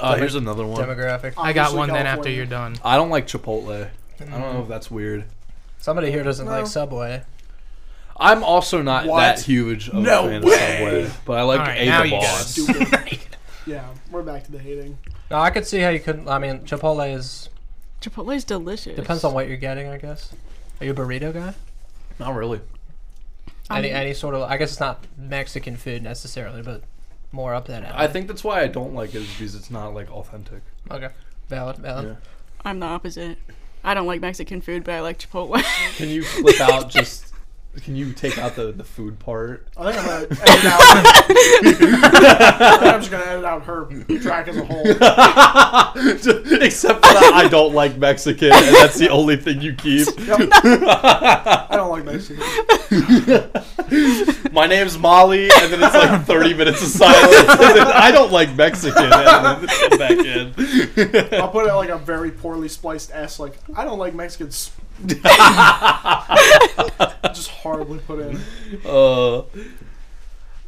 C: Uh, here's another one.
A: Demographic.
D: I got
B: Obviously
D: one then after
B: California.
D: you're done.
C: I don't like Chipotle. I don't know if that's weird.
A: Somebody here doesn't
B: No.
A: like Subway.
C: I'm also not
B: What?
C: that huge of
B: No
C: a fan
B: way.
C: of Subway, but I like
D: Alright, now
C: A the
D: you got
C: Boss.
B: Stupid. yeah, we're back to the hating.
A: No, I could see how you couldn't. I mean, Chipotle is
E: Chipotle is delicious.
A: depends on what you're getting, I guess. Are you a burrito guy?
C: Not really.
A: Any
E: Um,
A: any sort of. I guess it's not Mexican food necessarily, but more up that
C: I
A: alley.
C: think that's why I don't like it is because it's not like authentic.
A: okay. Valid, valid.
C: Yeah.
E: I'm the opposite. I don't like Mexican food, but I like Chipotle.
C: Can you flip out just? Can you take out the the food part?
B: I think I'm gonna edit out. I think I'm just gonna edit out her track as a whole.
C: Except for that, I don't like Mexican, and that's the only thing you keep.
B: I don't like Mexican.
C: My name's Molly, and then it's like thirty minutes of silence. and then I don't like Mexican. And then it's back in.
B: I'll put it like a very poorly spliced S. Like I don't like Mexicans. just horribly put in.
C: Uh,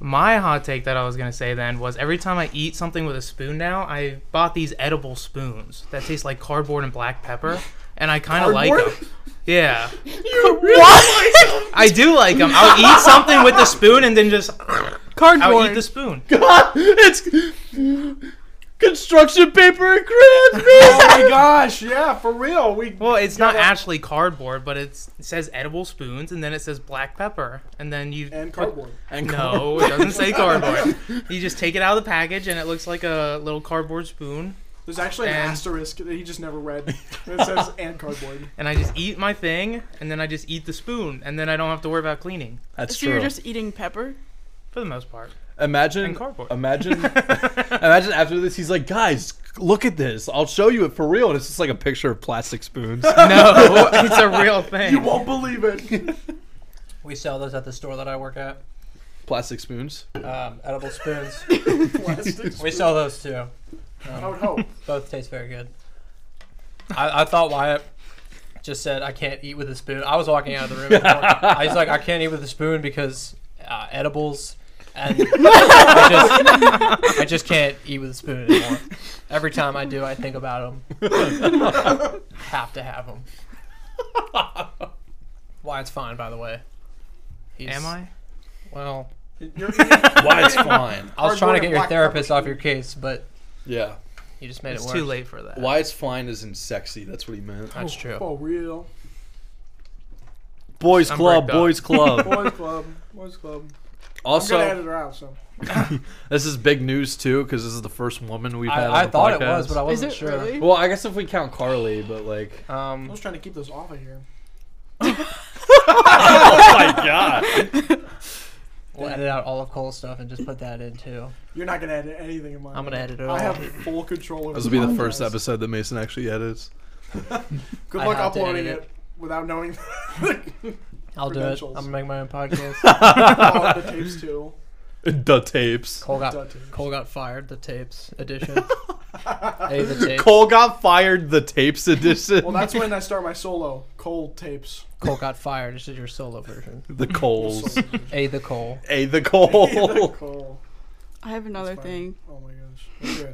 D: My hot take that I was gonna say then was every time I eat something with a spoon now, I bought these edible spoons that taste like cardboard and black pepper, and I kind of like
B: Cardboard?
D: them. Yeah. I do like them. I'll eat something with the spoon and then just I'll eat
E: Cardboard.
D: the spoon.
C: it's. Could
F: construction paper and crayons.
C: oh my gosh, yeah, for real. We
D: Well, it's not actually cardboard, but it's, it says edible spoons, and then it says black pepper, and then you
B: and cardboard.
C: and
D: No, it doesn't say cardboard. you just take it out of the package, and it looks like a little cardboard spoon.
B: There's actually an
D: And-
B: asterisk that he just never read. It says and cardboard.
D: And I just eat my thing, and then I just eat the spoon, and then I don't have to worry about cleaning
C: That's
E: so you're just eating pepper?
D: for the most part.
C: imagine
D: and cardboard.
C: imagine imagine after this he's like, "Guys, look at this. I'll show you it for real." And it's just like a picture of plastic spoons.
D: No, it's a real thing.
B: You won't believe it.
A: We sell those at the store that I work at.
C: plastic spoons.
A: Um, edible spoons.
B: Plastics.
A: we sell those too.
B: I would hope.
A: Both taste very good. I, I thought Wyatt just said I can't eat with a spoon. I was walking out of the room. and I was like, I can't eat with a spoon because uh, edibles, and I just, I just can't eat with a spoon anymore. Every time I do, I think about them. have to have them. Wyatt's fine, by the way. He's-
D: Am I?
A: Well,
B: You're eating
C: Why it's fine.
A: I was trying to get
B: Hard-boiled
A: your
B: black pepper
A: therapist off your case, but
C: Yeah.
A: you just made
D: It's
A: it worse.
D: too late for that.
C: Why it's fine isn't sexy. That's what he meant.
A: That's true.
B: for real.
C: Boys
D: I'm
C: club,
D: bricked up.
C: boys club.
B: Boys club. Boys club. I'm gonna
C: also,
B: edit her out. So
C: this is big news too because this is the first woman we've had. on
A: I, I
C: the
A: thought it
C: podcast.
A: was, but I
E: Is
A: wasn't
E: it
A: sure.
E: really?
C: Well, I guess if we count Carly, but like.
B: I
A: Um,
B: was trying to keep those off of here.
C: Oh my god.
A: we'll edit out all of Cole's stuff and just put that in too.
B: You're not gonna edit anything in mine.
A: I'm gonna edit it all.
B: I have full control over.
C: This will be the
B: podcast.
C: first episode that Mason actually edits.
B: Good
A: I
B: luck
A: have to
B: uploading
A: edit
B: it without knowing
A: I'll do it. I'm
B: credentials.
A: gonna make my own podcast.
B: all of the tapes too.
C: The tapes.
A: Cole got
B: Done, too.
A: Cole got fired. The tapes edition. hey, the tapes. Cole.
C: Cole got fired. The tapes edition.
B: Well, that's when I start my solo cold tapes.
A: got fired. This is your solo version.
C: the Coles.
A: Hey, the Cole.
C: hey, the Cole.
B: Cold.
E: I have another
B: fine.
E: thing.
B: Oh my gosh. Okay.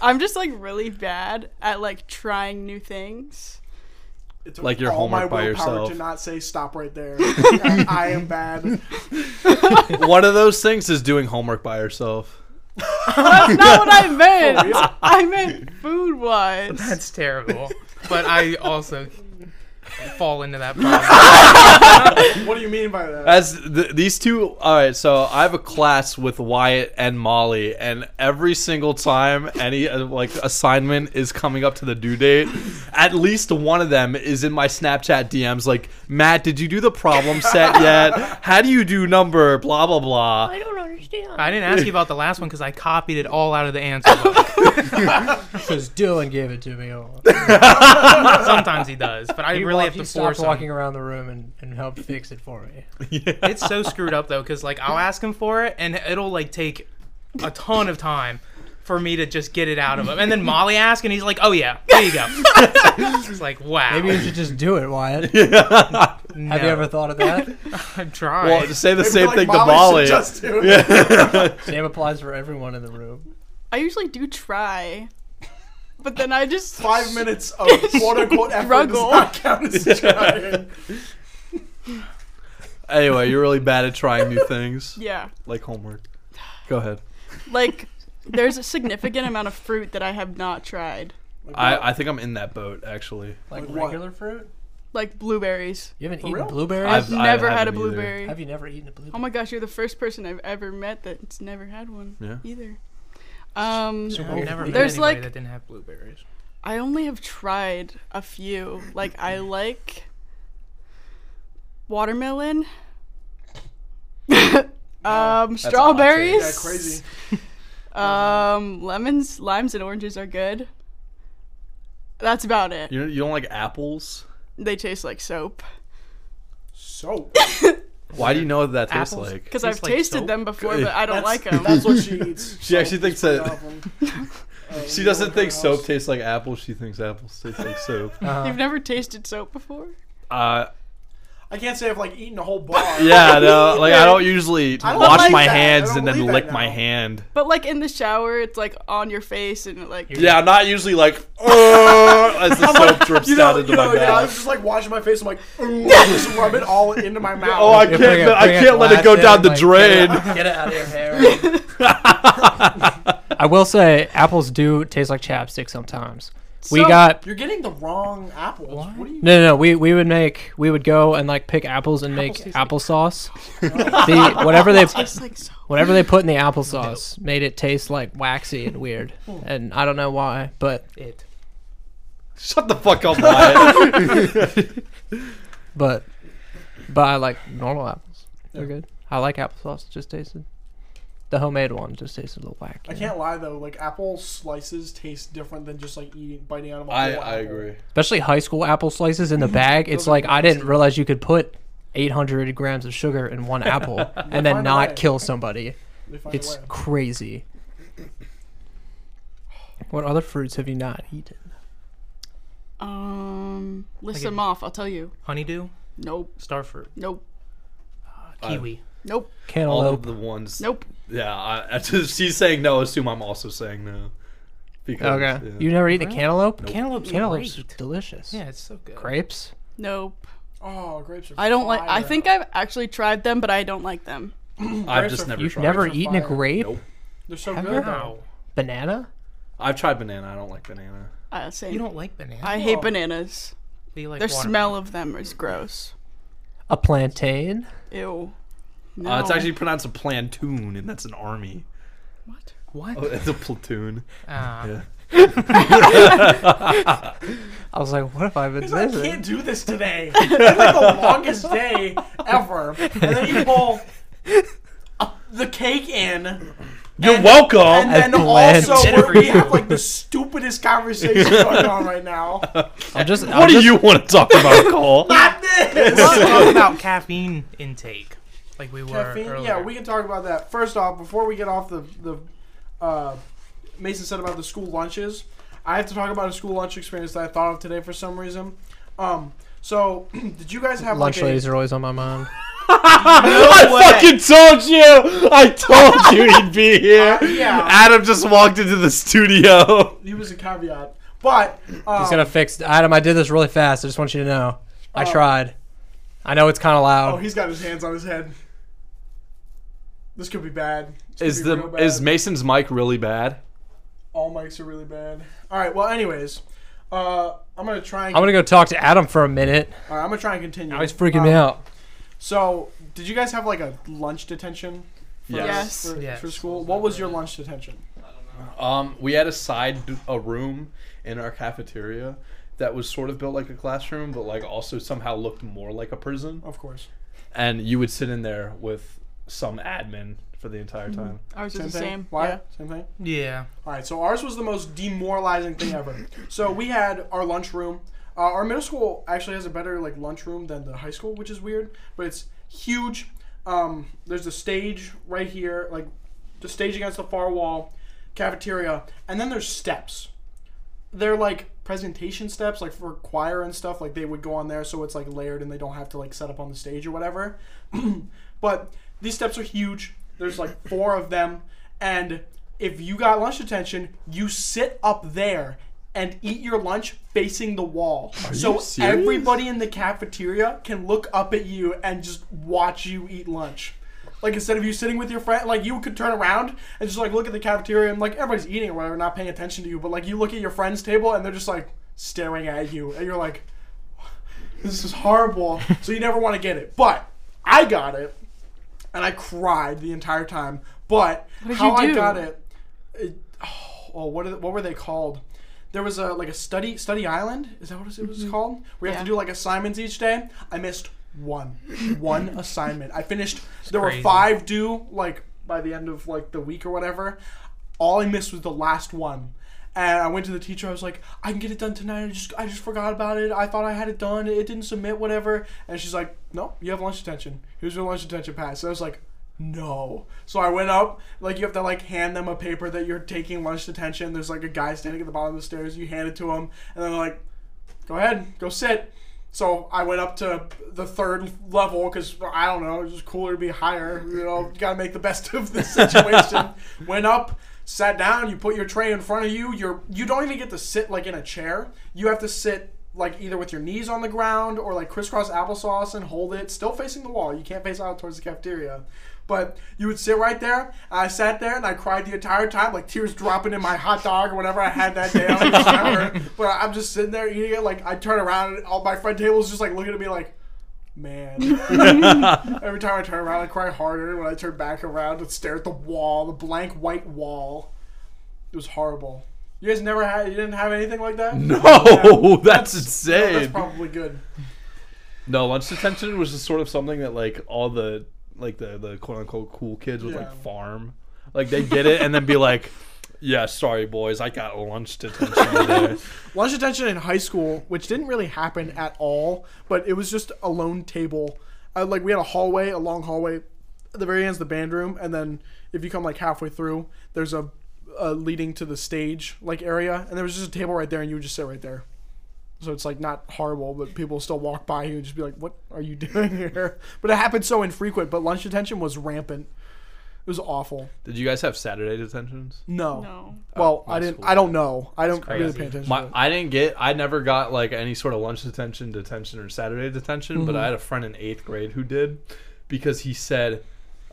E: I'm just like really bad at like trying new things.
B: It took
C: Like your
B: all my
C: homework by
B: willpower
C: yourself.
B: to not say stop right there. I, I am bad.
C: One of those things is doing homework by herself.
E: That's not what I
B: For
E: meant.
B: real?
E: I meant food wise.
D: That's terrible. But I also fall into that problem.
B: What do you mean by that?
C: As th- these two, all right. So I have a class with Wyatt and Molly, and every single time any uh, like assignment is coming up to the due date, at least one of them is in my Snapchat DMs like, "Matt, did you do the problem set yet? How do you do number? Blah blah blah."
E: don't understand.
D: I didn't ask you about the last one because I copied it all out of the answer book.
A: Because Dylan gave it to me. all.
D: Sometimes he does, but I
A: He
D: really
A: walked-
D: have
A: he
D: to
A: stopped
D: force him.
A: walking around the room and, and helped fix it for me.
D: it's so screwed up though because like i'll ask him for it and it'll like take a ton of time for me to just get it out of him and then molly asks and he's like oh yeah there you go it's like wow
A: Maybe you should just do it, Wyatt.
D: no.
A: Have you ever thought of that?
D: i've tried
C: Well, to say the
B: They'd be
C: same
B: like,
C: thing
B: Molly should
C: to Molly.
B: Just do it.
A: Same applies for everyone in the room.
E: I usually do try, but then I just
B: Five minutes of quote unquote effort does
E: Struggle.
B: not count as trying.
C: Anyway, you're really bad at trying new things,
E: Yeah,
C: like homework. Go ahead.
E: like there's a significant amount of fruit that I have not tried,
B: Like, what?
C: I, I think I'm in that boat actually.
A: Like,
B: Like what?
A: regular fruit?
E: like blueberries.
A: You haven't
B: For
A: eaten
B: real?
A: blueberries?
C: I've- I
E: never had a
C: haven't either.
E: blueberry.
A: Have you never eaten a blueberry?
E: Oh my gosh, you're the first person I've ever met that's never had one
C: Yeah.
E: either. Um,
A: So
D: I've never met
E: There's,
D: anybody
E: like-
D: that didn't have blueberries
E: I only have tried a few. Like I like watermelon, um, strawberries,
B: Yeah, crazy.
E: um, lemons, limes, and oranges are good. That's about it.
C: You you don't like apples?
E: They taste like soap
B: So
C: Why do you know what that tastes
D: Apples?
C: like?
E: because I've
D: Tastes like
E: tasted
D: soap?
E: them before,
C: Good.
E: but I
B: that's,
E: don't like them.
B: That's what she eats.
C: She actually
B: Soap
C: thinks
B: is
C: that-
B: pretty awful. Uh,
C: She
B: we
C: doesn't
B: live in
C: think
B: a
C: soap
B: house.
C: tastes like apples. She thinks apples taste like soap.
E: You've never tasted soap before?
C: Uh,
B: I can't say I've like eaten a whole bar.
C: yeah, no, like I don't usually
B: I don't
C: wash
E: like
C: my
B: that. I
C: hands
B: don't
C: and then
B: believe that
C: lick my
B: now.
C: hand.
E: But like in the shower, it's like on your face and it, like
C: Yeah, I'm not usually like "Ugh," as the soap drips
B: You
C: down
B: know,
C: into
B: you know,
C: my
B: yeah, I was
C: mouth.
B: just like washing my face. I'm like, ooh, I just rub it all into my mouth.
C: Oh, I
A: Yeah,
C: can't,
A: bring it-
C: I
A: bring
C: can't let it go
A: last
C: down
A: in,
C: the
A: like,
C: drain.
A: Get it, get it out of your hair. I will say apples do taste like chapstick sometimes. we
E: So-
A: got
B: You're getting the wrong apples. What, are you?
A: no, no, no. We we would make we would go and like pick apples and make applesauce. the, whatever they
E: Tastes like so.
A: whatever they put in the applesauce made it taste like waxy and weird, and I don't know why, but
D: It.
C: Shut the fuck up, Wyatt.
A: but but I like normal apples. They're good. I like applesauce. It Just tasted the homemade one. Just tasted a little wacky.
B: I can't lie though. Like apple slices taste different than just like eating, biting out of a
C: I,
B: whole
C: I
B: apple.
C: agree.
A: especially high school apple slices
B: Mm-hmm.
A: in the bag. It's like I didn't realize you could put 800 grams of sugar in one apple and then
B: find a way.
A: not kill somebody.
B: They find a
A: It's
B: way.
A: crazy. What other fruits have you not eaten?
E: Um, list
D: Like a-
E: them off. I'll tell you.
D: Honeydew,
E: Nope.
D: starfruit,
E: Nope.
D: kiwi.
E: Nope.
C: All of
A: Cantaloupe.
C: the ones.
E: Nope.
C: Yeah, I, I just, she's saying no. Assume I'm also saying no. Because,
A: Okay.
C: yeah.
A: You never eaten a cantaloupe?
D: Cantaloupe's
A: Cantaloupe's
D: great.
A: delicious.
D: Yeah, it's so good.
A: Grapes?
E: Nope.
B: Oh, grapes are.
E: I don't like. I
B: fire.
E: think I've actually tried them, but I don't like them.
C: I've
B: Grapes
C: just
B: are-
C: never
A: You've
C: tried.
A: never
B: Grapes are
A: eaten a
B: fire.
A: grape?
C: Nope.
B: they're so
A: Have
B: good.
A: you ever-
B: though.
D: Wow.
A: Banana?
C: I've tried banana. I don't like banana.
E: Uh, same.
D: You don't like bananas.
E: I hate bananas.
D: but you like
E: The
D: watermelon.
E: smell of them is gross.
A: A plantain?
E: Ew. No.
C: Uh, it's actually pronounced a plantoon, and that's an army.
E: what?
D: What?
C: Oh, it's a platoon.
D: Ah.
C: Yeah.
A: I was like, what if I've been
B: I
A: missing?
B: can't do this today. It's like the longest day ever. And then you pull uh, the cake in,
C: You're
B: And-
C: welcome.
B: and then
A: blend.
B: also we're, we have like the stupidest conversation going on right now.
A: I'm just, I'm
C: what do
A: just-
C: you want to talk about, Cole?
B: Not this.
D: Let's talk about caffeine intake, like we were
B: Caffeine.
D: earlier.
B: Yeah, we can talk about that. First off, before we get off the the uh, Mason said about the school lunches, I have to talk about a school lunch experience that I thought of today for some reason. Um, so did you guys have
A: Lunch
B: like a-
A: ladies are always on my mind.
C: I fucking told you! I told you he'd be here.
B: Uh, yeah.
C: Adam just walked into the studio.
B: He was a caveat, but um,
A: He's gonna fix Adam. I did this really fast. I just want you to know. I tried. I know it's kind of
B: oh,
A: loud.
B: he's got his hands on his head. This could be bad. This could
C: Is
B: be real
C: the
B: bad.
C: is Mason's mic really bad?
B: all mics are really bad? All right. Well, anyways, uh, I'm gonna try. And,
A: I'm gonna go talk to Adam for a minute.
B: all right, I'm gonna try and continue.
A: Now Oh, he's freaking me
B: Um,
A: out.
B: So, did you guys have like a lunch detention? For,
E: Yes.
B: For,
D: Yes.
B: for school, what was your lunch detention?
C: Um, we had a side a room in our cafeteria that was sort of built like a classroom, but like also somehow looked more like a prison.
B: Of course.
C: And you would sit in there with some admin for the entire time.
E: Ours is the
B: thing.
E: same.
B: Why?
E: Yeah.
B: Same thing.
D: Yeah.
B: All right. So ours was the most demoralizing thing ever. So we had our lunchroom. Uh, our middle school actually has a better like lunchroom than the high school, which is weird, but it's huge. Um, there's a stage right here, like the stage against the far wall, cafeteria, and then there's steps. They're like presentation steps, like for choir and stuff. Like they would go on there, so it's like layered, and they don't have to like set up on the stage or whatever. But these steps are huge. There's like four of them. And if you got lunch detention, you sit up there and eat your lunch facing the wall. so
C: serious?
B: everybody in the cafeteria can look up at you and just watch you eat lunch. Like instead of you sitting with your friend, like you could turn around and just like look at the cafeteria and like everybody's eating or whatever, not paying attention to you. But like you look at your friend's table and they're just like staring at you, and you're like, "This is horrible." so you never want to get it. But I got it and I cried the entire time. But
E: did
B: how
E: you
B: I
E: do?
B: got it, it oh, what are, what were they called? There was a like a study study island. Is that what it was called? We have to
E: Mm-hmm. Yeah.
B: do like assignments each day. I missed one, one assignment. I finished. there were
D: crazy.
B: five due like by the end of like the week or whatever. All I missed was the last one. And I went to the teacher. I was like, "I can get it done tonight. I just, I just forgot about it. I thought I had it done. It didn't submit, whatever." And she's like, "No, you have lunch detention. Here's your lunch detention pass." And I was like, "No." So I went up. Like you have to like hand them a paper that you're taking lunch detention. There's like a guy standing at the bottom of the stairs. You hand it to him, and then like, "Go ahead, go sit." So I went up to the third level because I don't know, it's just cooler to be higher. You know, you gotta make the best of the situation. went up, sat down. You put your tray in front of you. You're you don't even get to sit like in a chair. You have to sit like either with your knees on the ground or like crisscross applesauce and hold it still facing the wall. You can't face out towards the cafeteria. But you would sit right there, and I sat there and I cried the entire time, like tears dropping in my hot dog or whatever I had that day. I don't remember. but I'm just sitting there eating it. Like I turn around and all my friend tables just like looking at me like, man. Every time I turn around, I cry harder. When I turn back around, I stare at the wall, the blank white wall. It was horrible. You guys never had, you didn't have anything like that?
C: No, that's, insane.
B: That's probably good.
C: No, lunch detention was just sort of something that like all the like the the quote unquote cool kids would
B: Yeah.
C: like farm. Like they get it and then be like, "Yeah, sorry boys, I got lunch detention today."
B: Lunch detention in high school, which didn't really happen at all, but it was just a lone table. Uh, like we had a hallway, a long hallway. At the very end's the band room, and then if you come like halfway through, there's a, a leading to the stage like area, and there was just a table right there, and you would just sit right there. So it's like not horrible, but people still walk by you and just be like, "What are you doing here?" But it happened so infrequent. But lunch detention was rampant. It was awful.
C: Did you guys have Saturday detentions?
B: No.
E: No.
B: Well,
C: Oh,
B: I
C: that's
B: didn't.
C: cool.
B: I don't know. I don't
D: crazy.
B: really pay attention. to
C: My,
B: it.
C: I didn't get. I never got like any sort of lunch detention, detention, or Saturday detention.
B: Mm-hmm.
C: But I had a friend in eighth grade who did, because he said,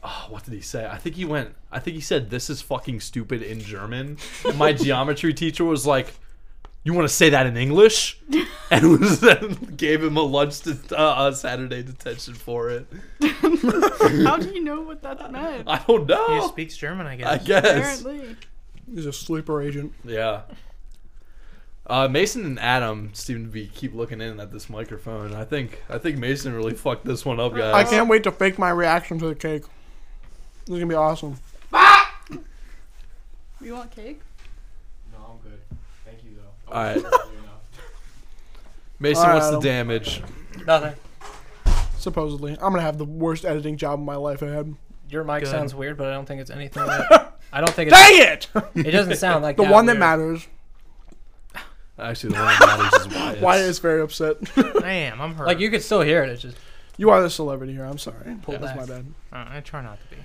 C: oh, "What did he say?" I think he went. I think he said, "This is fucking stupid" in German. And my geometry teacher was like, "You want to say that in English?" And was then gave him a lunch to, uh, a Saturday detention for it.
E: How do you know what that meant?
C: I don't know.
D: He
E: Oh.
D: just speaks German, I guess.
C: I guess.
E: Apparently.
B: He's a sleeper agent.
C: Yeah. Uh, Mason and Adam seem to be keep looking in at this microphone. I think I think Mason really fucked this one up,
B: I
C: guys.
B: can't wait to fake my reaction to the cake. This is gonna be awesome.
E: You want cake?
G: No, I'm good. Thank you though.
C: All right,
G: enough.
C: Mason,
B: All right,
C: what's the
B: Adam.
C: damage?
A: Nothing.
B: Supposedly, I'm gonna have the worst editing job of my life ahead.
A: Your mic
D: Good.
A: sounds weird, but I don't think it's anything. That, I don't think it's,
B: it!
A: it doesn't sound like
B: The
A: that
B: one that
A: weird.
B: matters.
C: Actually, the one that matters is Wyatt.
B: Wyatt is very upset.
D: I am. I'm hurt.
A: Like you could still hear it. It just
B: you are the celebrity here. I'm sorry.
A: Pull
B: That's
A: back.
B: my bad.
D: Uh, I try not to be.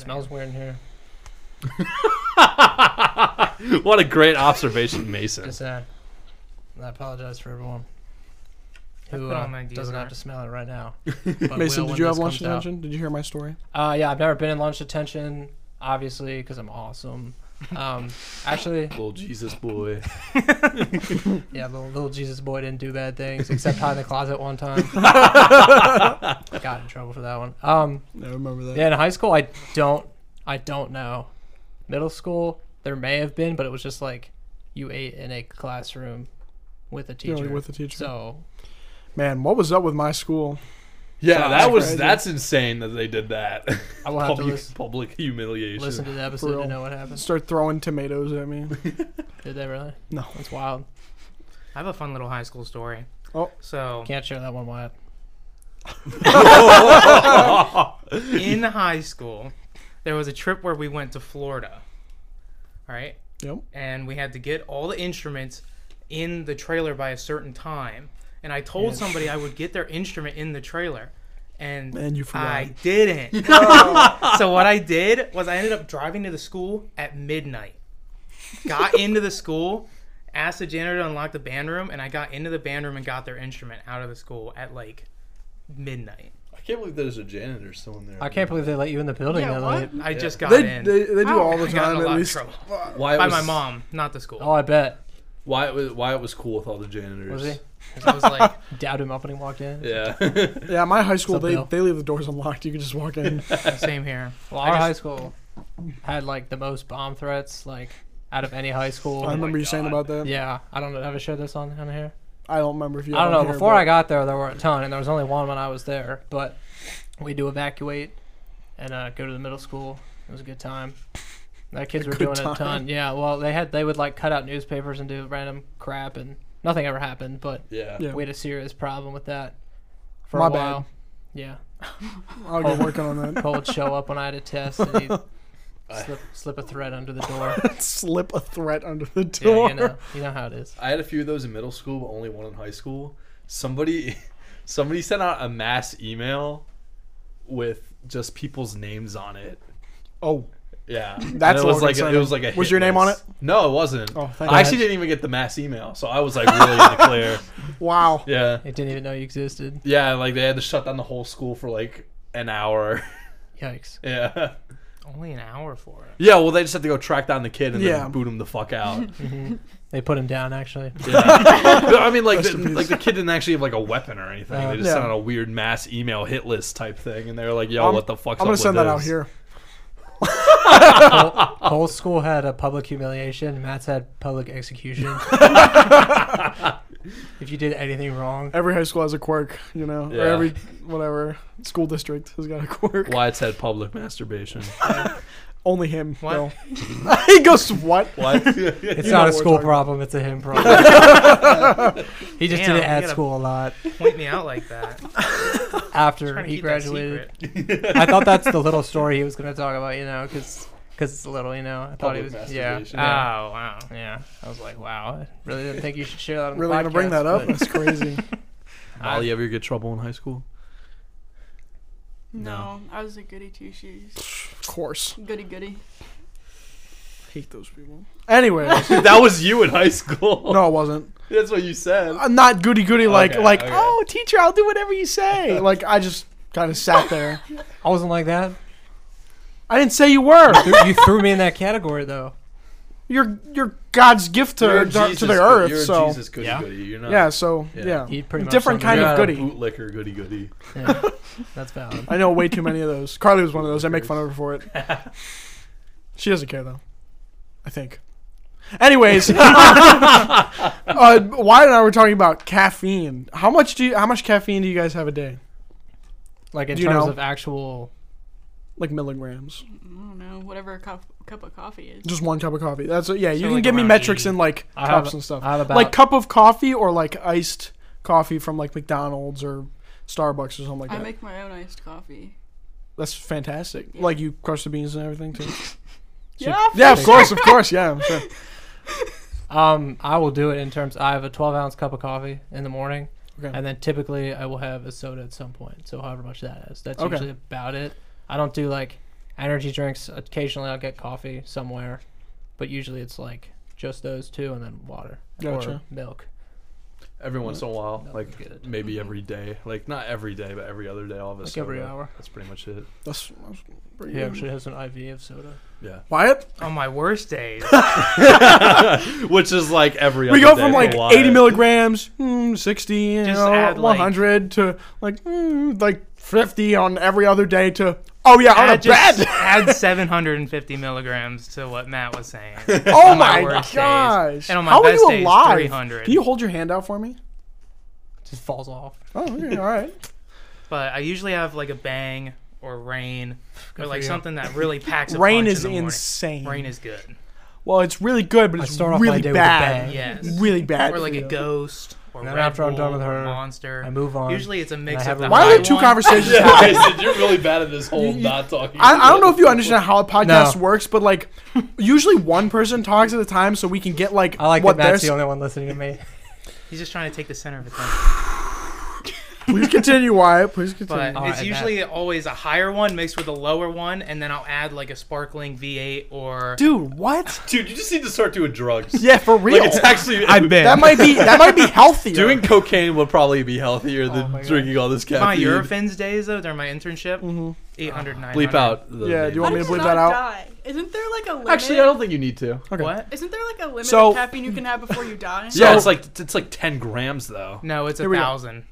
A: smells weird in here.
C: what a great observation, Mason.
A: Just uh, I apologize for everyone who
D: put
A: uh,
D: on my
A: doesn't have
D: deodorant.
A: to smell it right now. But
B: Mason,
A: will
B: did
A: when
B: you have
A: this
B: lunch
A: comes out.
B: detention? Did you hear my story?
A: Uh, yeah, I've never been in lunch detention, obviously, because I'm awesome. Um, actually,
C: Little Jesus boy.
A: yeah, little, little Jesus boy didn't do bad things except hide in the closet one time. Got in trouble for that one. Um,
B: I remember that.
A: yeah, in high school, I don't, I don't know. Middle school, there may have been, but it was just like you ate in a classroom with a
B: You
A: teacher.
B: know, with the teacher.
A: so
B: Man, what was up with my school?
C: Yeah,
B: Sounds
C: that was
B: crazy.
C: that's insane that they did that.
A: I will have to
C: public,
A: listen-
C: public humiliation.
A: listen to the episode
B: real.
A: to know what happened.
B: Start throwing tomatoes at me.
A: Did they really?
B: No.
A: That's wild.
D: I have a fun little high school story.
B: Oh.
D: So
A: Can't share that one, Wyatt.
D: in high school, there was a trip where we went to Florida. All right.
B: Yep.
D: And we had to get all the instruments in the trailer by a certain time. And I told somebody I would get their instrument in the trailer. And,
B: And you forgot.
D: I didn't. so what I did was I ended up driving to the school at midnight. Got into the school, asked the janitor to unlock the band room, and I got into the band room and got their instrument out of the school at like midnight.
C: I can't believe there's a janitor still in there.
A: I can't believe they let you in the building
E: Yeah,
A: that
E: what?
A: late.
D: I just got
B: They,
D: in.
B: they, they do
E: Wow.
B: all the
D: Oh, I got
B: time,
D: in a
B: at
D: lot of
B: least.
D: trouble.
C: Wyatt
D: By
C: was,
D: my mom, not the school.
A: Oh, I bet.
C: Wyatt was Wyatt was cool with all the janitors.
A: Was he?
D: 'Cause I was like,
A: Doubt him up when he walked in.
C: Yeah.
B: Yeah, my high school,
A: What's up,
B: they,
A: Bill?
B: they leave the doors unlocked. You can just walk in.
D: same here.
A: Well,
D: I
A: our
D: just-
A: high school had like the most bomb threats, like out of any high school.
B: I remember you saying about that.
A: Oh yeah, I don't know. Have I shared this on, on here?
B: I don't remember if you.
A: I don't
B: have it
A: know.
B: here,
A: Before
B: but-
A: I got there, there were a ton, and there was only one when I was there. But we do evacuate and uh, go to the middle school. It was a good time. The kids were doing
B: good
A: a
B: time.
A: ton. Yeah. Well, they had they would like cut out newspapers and do random crap, and nothing ever happened. But
C: yeah.
B: Yeah.
A: we had a serious problem with that for
B: My
A: a
B: bad.
A: while. Yeah.
B: I'll get working on that.
A: Cole would show up when I had a test, and he'd slip, slip a thread under the door.
B: Slip a threat under the door.
A: Yeah, you know, you know how it is.
C: I had a few of those in middle school, but only one in high school. Somebody, somebody sent out a mass email with just people's names on it.
B: Oh,
C: Yeah, And
B: That's
C: it was
B: Logan
C: like a, it
B: Simon.
C: was like a.
B: Was
C: hit
B: your name on
C: list. No, it wasn't.
B: Oh, thank
C: I actually didn't even get the mass email, so I was like really in the clear.
B: wow.
C: Yeah,
A: It didn't even know you existed.
C: yeah, like they had to shut down the whole school for like an hour.
A: Yikes.
C: Yeah.
D: Only an hour for it.
C: Yeah, well, they just have to go track down the kid and
B: Yeah.
C: then boot him the fuck out.
A: They put him down, actually.
C: Yeah. I mean, like, the, like the kid didn't actually have like a weapon or anything.
A: Uh,
C: they just
B: yeah.
C: sent out a weird mass email hit list type thing, and they were like, "Yo,
B: I'm-
C: what the fuck's
B: I'm
C: up
B: gonna
C: with
B: send that out
C: this?
B: here.
A: Cole, Cole's school had a public humiliation. Matt's had public execution. if you did anything wrong,
B: Every high school has a quirk, you know,
C: Yeah.
B: or every whatever school district has got a quirk.
C: Why it said public masturbation?
B: Only him.
D: What?
B: Though. he goes what?
C: Why?
A: it's
B: You know
A: not a
B: what we're
A: school
B: talking
A: problem. It's a him problem. he just did it
D: Damn, you
A: at
D: gotta-
A: school a lot
D: Point me out like that.
A: after
D: Trying to
A: he
D: keep
A: graduated.
D: that secret.
A: I thought that's the little story he was going to talk about, you know, because it's little, you know. I thought he
C: public
A: was, yeah. Ah,
C: masturbation.
D: Oh wow.
A: Yeah, I was like, wow, I really didn't think you should share that. On
B: Really
A: the podcast,
B: gonna bring that up?
A: but-
B: That's crazy.
C: Molly, ever get trouble in high school?
E: No, I was a goody two shoes.
B: of course.
E: Goody goody.
B: Hate those people. Anyways,
C: that was you in high school.
B: no, it wasn't.
C: that's what you said.
B: I'm not goody goody like
C: Okay,
B: like
C: okay.
B: oh teacher, I'll do whatever you say. like I just kind of sat there.
A: I wasn't like that.
B: I didn't say you were.
A: Th- you threw me in that category though.
B: You're you're God's gift to
C: You're a
B: to- to,
C: Jesus
B: the
C: good-
B: earth.
C: You're a
B: so
C: Jesus goody
A: Yeah.
C: goody. You're not.
B: yeah, so
C: Yeah.
B: yeah.
A: He pretty much
B: Different
A: summed
B: kind
A: it
B: of
A: up.
B: goody.
C: Bootlicker goody goody.
A: Yeah, that's valid.
B: I know way too many of those. Carly was one of those. I make fun of her for it. She doesn't care though. I think. Anyways, uh, Wyatt and I were talking about caffeine. How much do you, how much caffeine do you guys have a day?
A: Like in
B: You
A: terms
B: know.
A: of actual.
B: Like milligrams.
E: I don't know. Whatever a cup, cup of coffee is.
B: Just one cup of coffee. That's yeah. You
D: So,
B: can
D: like,
B: give me
D: around
B: metrics
D: 80.
B: in like
A: I
B: cups
A: have-
B: and stuff.
A: I have about
B: like cup of coffee or like iced coffee from like McDonald's or Starbucks or something like
E: I
B: that.
E: make my own iced coffee.
B: That's fantastic. Like you crush the beans and everything too.
E: Yeah.
B: yeah, of course, of course. Yeah, I'm sure.
A: um, I will do it in terms. I have a 12 ounce cup of coffee in the morning,
B: Okay.
A: and then typically I will have a soda at some point. So however much that is, that's
B: Okay.
A: usually about it. I don't do like energy drinks. Occasionally I'll get coffee somewhere, but usually it's like just those two and then water or
B: Gotcha.
A: milk.
C: Every once in a while,
A: No,
C: like
A: good.
B: Mm-hmm.
C: maybe every day, like not every day, but every other day, all of a
A: Like
C: sudden.
A: every hour.
C: That's pretty much it.
B: That's, that's pretty
A: He
B: good.
A: actually has an IV of soda.
C: Yeah.
B: Wyatt,
D: On my worst days,
C: Which is like every.
B: we
C: other
B: go
C: day
B: from
C: for a
B: like
C: while.
B: 80 milligrams, mm, 60, you
D: Just
B: know,
D: add, like-
B: 100 to like mm, like 50 on every other day to oh yeah on a
D: add, just,
B: bed.
D: add 750 milligrams to what Matt was saying.
B: Oh
D: on
B: my,
D: my worst days.
B: gosh!
D: And on my
B: How
D: best
B: are
D: days,
B: you alive?
D: 300.
B: Can you hold your hand out for me?
A: Just falls off.
B: Oh, okay, all right.
D: But I usually have like a bang or rain or
A: for
D: like
A: you.
D: something that really packs. A
B: Rain
D: punch
B: is
D: in the morning.
B: insane.
D: Rain is good.
B: well, it's really good, but
A: I
B: it's
A: start off my
B: really
A: day with a
B: bad.
A: bang.
D: Yes.
B: Really bad.
D: Or like
B: for
D: a
B: you.
D: ghost or
A: And then
D: Red
A: after I'm done
D: Bull
A: with
D: or
A: her,
D: monster.
A: I move on.
D: Usually it's a mix
A: I have a-
D: of the
B: Why are
D: high
B: there two
D: one-
B: conversations?
C: Yeah,
B: happening?
C: I said, you're really bad at this whole not talking.
B: I, I don't know if you understand how a podcast works, but like usually one person talks at a time, so we can get like
A: I like
B: what
A: that
B: they're.
A: Matt's the only one listening to me.
D: He's just trying to take the center of attention.
B: Please continue, Wyatt. Please continue.
D: But
A: All
D: it's
A: right,
D: usually always a higher one mixed with a lower one, and then I'll add like a sparkling V8 or
B: Dude, what?
C: Dude, you just need to start doing drugs.
B: Yeah, for real.
C: Like it's actually.
B: that might be that might be healthier.
C: Doing cocaine would probably be
B: Oh
C: healthier than
A: my God.
C: drinking all this
D: my
C: caffeine.
D: Eurofins days though during my internship. Mm-hmm. 800, 900.
C: Bleep out. The
B: Yeah,
C: name.
B: do you want me to bleep that out?
E: die? Isn't there like a limit?
C: Actually, I don't think you need to.
D: What?
E: Isn't there like a limit
B: So-
E: of caffeine you can have before you die?
C: yeah, it's like it's like ten grams though.
D: No, it's a
B: Here we go.
D: thousand.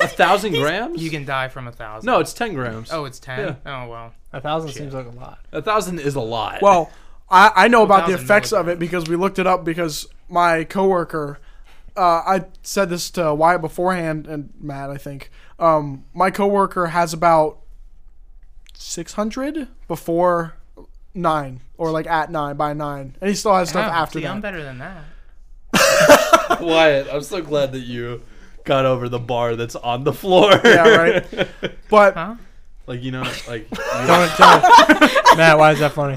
C: A thousand grams?
D: You can die from a thousand.
C: No, it's ten grams.
D: Oh, it's ten. Oh well.
A: A thousand seems like a lot.
C: a thousand is a lot.
B: Well, I, I know about the
D: 1,000
B: effects of it because we looked it up because my coworker, uh, I said this to Wyatt beforehand and Matt, I think. Um, my coworker has about 600 before nine or like at nine by nine, and he still has stuff
D: Wow,
B: after
D: see, I'm
B: that.
D: better than that.
C: Wyatt, I'm so glad that you got over the bar that's on the floor.
B: Yeah, right. But
D: Huh?
C: like you know, like
A: Don't, don't. Matt, why is that funny?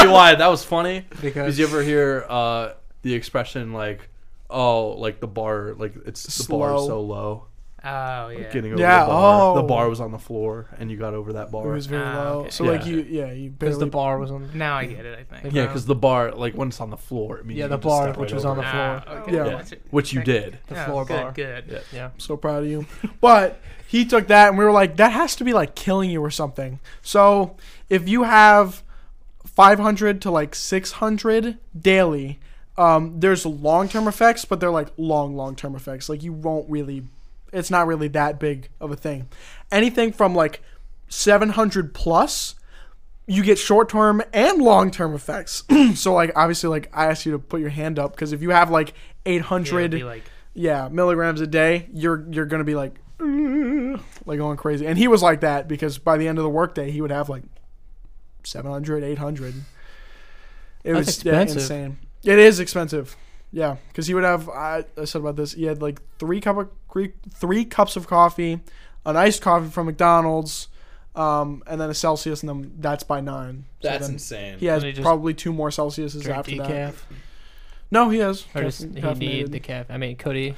C: see why that was funny.
A: Because
C: Did you ever hear uh, the expression like, "Oh, like the bar, like it's the bar is
B: Slow.
C: so low,
D: Oh yeah.
C: getting over
B: Yeah,
C: the bar. The
B: oh.
C: bar was on the floor, and you got over that bar."
B: it was very
D: Ah,
B: low,
D: okay.
B: so like
C: Yeah.
B: you, yeah, you
A: because
B: barely.
A: the bar was on.
D: Now I get it. I think.
C: yeah, because the bar, like when it's on the floor, it means
A: Yeah,
C: you
A: the
C: can just
A: bar,
C: step
A: which
C: right
A: was
C: over
A: on the
C: it.
A: floor.
D: Ah, okay.
B: Yeah.
D: Watch it.
C: which you did.
A: The
D: Yeah,
A: floor
D: good,
A: bar.
D: Good.
C: Yeah.
A: Yeah.
B: so proud of you, but he took that, and we were like, that has to be like killing you or something. So if you have 500 to like 600 daily, um, there's long term effects, but they're like long, long term effects. Like you won't really, it's not really that big of a thing. Anything from like 700 plus, you get short term and long term effects. so like obviously, like I asked you to put your hand up because if you have like 800
D: be like
B: yeah milligrams a day you're you're gonna be like "Mm," like going crazy and he was like that because by the end of the workday he would have like 700 800 it
A: That's
B: was
A: expensive.
B: Yeah, insane it is expensive yeah because he would have I, I said about this he had like three cup of three, three cups of coffee an iced coffee from mcdonald's um, and then a celsius and then that's by nine So
C: That's
B: then
C: insane.
B: he has
A: Then he just
B: probably two more celsiuses
A: Drink
B: after that
A: decaf.
B: no he has
A: Or just
B: caffeine-
A: he
B: caffeinated.
A: need the cap. I mean, could he?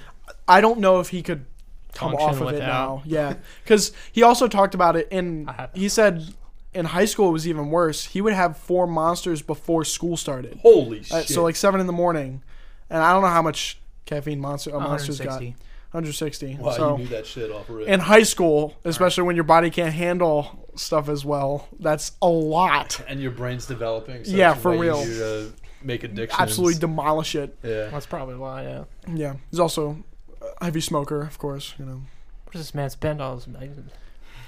B: I don't know if he could come
A: Function
B: off of it
A: without.
B: now. Yeah, because he also talked about it in.
A: I have-
B: He said in high school it was even worse. He would have four monsters before school started.
C: Holy
B: Uh,
C: shit.
B: so like seven in the morning, and I don't know how much caffeine monster a monster's got.
D: 160.
B: 160.
C: wow,
B: so
C: you knew that shit off rip.
B: in high school, especially when your body can't handle stuff as well, that's a lot.
C: and your brain's developing. So
B: Yeah,
C: it's
B: for
C: way
B: real.
C: easier to make addictions.
B: Absolutely demolish it.
C: Yeah.
A: That's probably why. Yeah.
B: Yeah, he's also a heavy smoker, of course. You know,
A: What does this man spend all his? So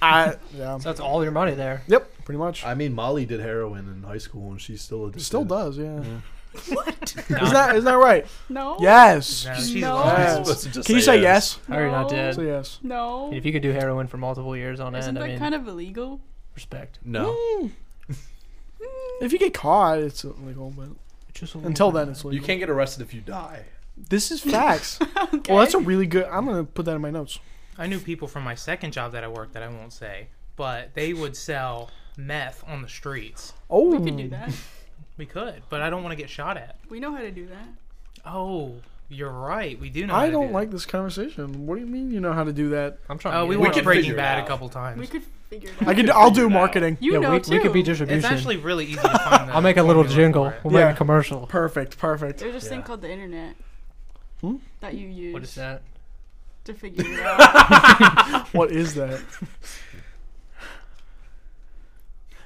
B: I yeah,
A: that's all your money there.
B: yep, pretty much.
C: I mean, Molly did heroin in high school, and she still addicted.
B: Still does, yeah.
A: No.
B: Is that is that right?
E: No.
B: Yes.
D: No, she's
E: No.
D: lying.
C: You're
B: Yes.
C: supposed to just
B: Can you say yes?
A: How are you not
E: No.
A: dead?
B: Say yes.
E: No.
A: If you could do heroin for multiple years on end,
E: Isn't that
A: I mean,
E: kind of illegal?
A: respect.
C: No.
B: If you get caught, it's illegal, but until then it's
C: You
B: legal.
C: can't get arrested if you die.
B: This is facts.
E: Okay.
B: Well, that's a really good. I'm gonna put that in my notes.
D: I knew people from my second job that I worked that I won't say, but they would sell meth on the streets.
B: Oh,
E: we could do that.
D: We could, but I don't want to get shot at.
E: We know how to do that.
D: Oh, you're right. We do know. how
B: I
D: to
B: don't
D: do
B: like this conversation. What do you mean you know how to do that?
A: I'm
D: That.
E: Uh,
A: trying.
D: Oh,
A: to
D: we,
A: get
C: We
D: watched
C: could figure
D: Breaking
C: it
D: Bad
C: out.
D: a couple times.
E: We could figure it out.
B: I could.
C: could
B: I'll
C: figure
B: do
C: it out.
B: marketing.
E: you
A: yeah,
E: know
A: we,
E: too.
A: we could be distribution.
D: It's actually really easy to find. the
A: I'll make a little
D: formula
A: jingle.
D: for it.
A: We'll make
B: Yeah.
A: a commercial.
B: Perfect. Perfect.
E: There's this thing
C: Yeah.
E: called the internet
B: Hmm?
E: that you use
A: What is that?
E: to figure it out.
B: What is that?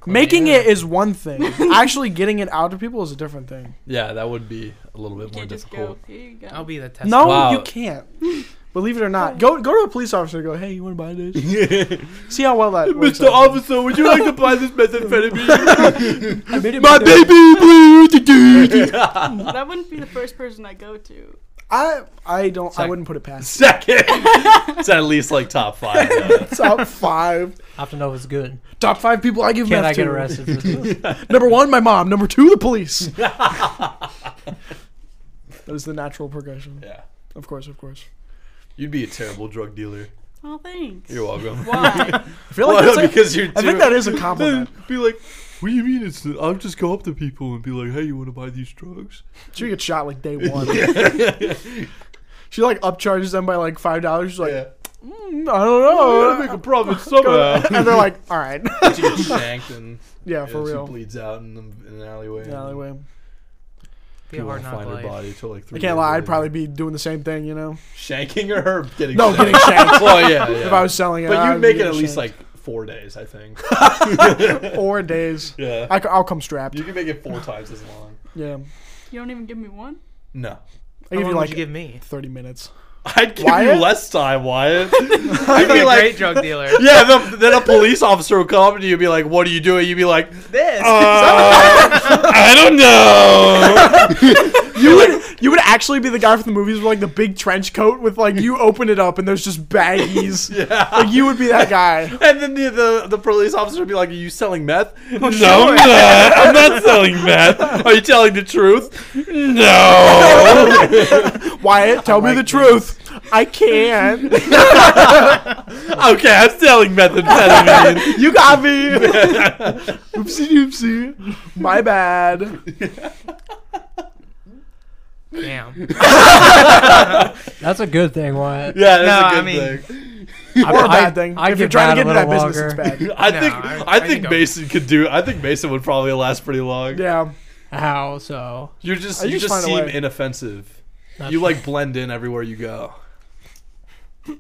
B: Making it is one thing. Actually, getting it out to people is a different thing.
C: Yeah, that would be a little
E: you
C: bit more
E: can't just
C: difficult.
E: go. Here you go.
D: I'll be the test.
B: No,
C: Wow.
B: you can't. Believe it or not, go go to a police officer. and Go, hey, you want to buy this? See how well that works. out.
C: would you like to buy this methamphetamine?
A: I made it
B: my baby blue.
E: that wouldn't be the first person I go to.
B: I I don't. I
A: Sec-
B: wouldn't put it past.
C: Second. It's at least like top five. uh,
B: Top five.
A: I have to know if it's good.
B: Top five people I give
A: Can
B: meth
A: I get
B: to.
A: arrested for this?
B: Number one, my mom. Number two, the police. that is the natural progression.
C: yeah.
B: Of course, of course.
C: You'd be a terrible drug dealer.
E: Oh, thanks.
C: You're welcome.
E: Why?
B: I feel like that's a-
C: because you're. Too,
B: I think that is a compliment.
C: Be like, what do you mean? It's I'll just go up to people and be like, hey, you want to buy these drugs?
B: She gets shot like day one. she like upcharges them by like five dollars. She's like,
C: yeah.
B: "Mm, I don't know.
C: I Oh, make a profit somehow.
B: and they're like, all right.
C: she gets shanked and
B: Yeah,
C: yeah,
B: for
C: she
B: real.
C: bleeds out in, the, in an alleyway. and
B: Yeah, anyway.
D: Be a
C: People
D: hard
C: won't
D: knock
C: find her
D: life.
C: body till like three.
B: I can't
C: days
B: lie,
C: later.
B: I'd probably be doing the same thing, you know?
C: shanking or her getting.
B: No,
C: shanked?
B: getting shanked.
C: Well, yeah, yeah.
B: If I was selling it,
C: but
B: I
C: you'd
B: would
C: make
B: be
C: it at
B: getting
C: least
B: shanked.
C: like four days, I think.
B: four days.
C: yeah.
B: I, will come strapped.
C: You can make it four times as long.
B: Yeah.
E: you don't even give me one?
B: I
C: No.
D: How
B: give
D: long
B: you
D: would
B: like
D: you give me?
B: 30 minutes.
C: I'd give
B: Wyatt?
C: you less time, Wyatt.
D: I'd
C: I'd
D: be
C: be
D: a
C: like,
D: great drug dealer.
C: yeah, the, then a police officer would come up to you and be like, what are you doing? You'd be like,
D: This.
C: uh, I don't know.
B: You would you would actually be the guy from the movies with like the big trench coat with like you open it up and there's just baggies. yeah. Like you would be that guy.
C: And then the, the, the police officer would be like, are you selling meth? no,
B: sure.
C: I'm not. I'm not selling meth. Are you telling the truth? No.
B: Wyatt, tell me the truth. I can't.
C: okay, I'm selling methamphetamine.
B: you got me. oopsie doopsie. My bad.
D: Damn.
A: That's a good thing, Wyatt.
C: Yeah, that's
D: No,
C: a good
D: I mean-
C: thing.
A: I,
B: Or a
A: I-
B: bad thing.
A: I
B: if you're
A: give
B: trying to
A: Matt
B: get
A: a
B: into that
A: little
B: business,
A: longer.
B: it's bad.
C: I
D: No,
C: think
D: I-
C: I,
D: I
C: think,
D: think I'm-
C: Mason could do. I think Mason would probably last pretty long.
B: Yeah.
A: How so?
C: You're just
B: I
C: you
B: just
C: just
B: find a
C: seem
B: way.
C: inoffensive.
A: That's
C: you like blend in everywhere you go.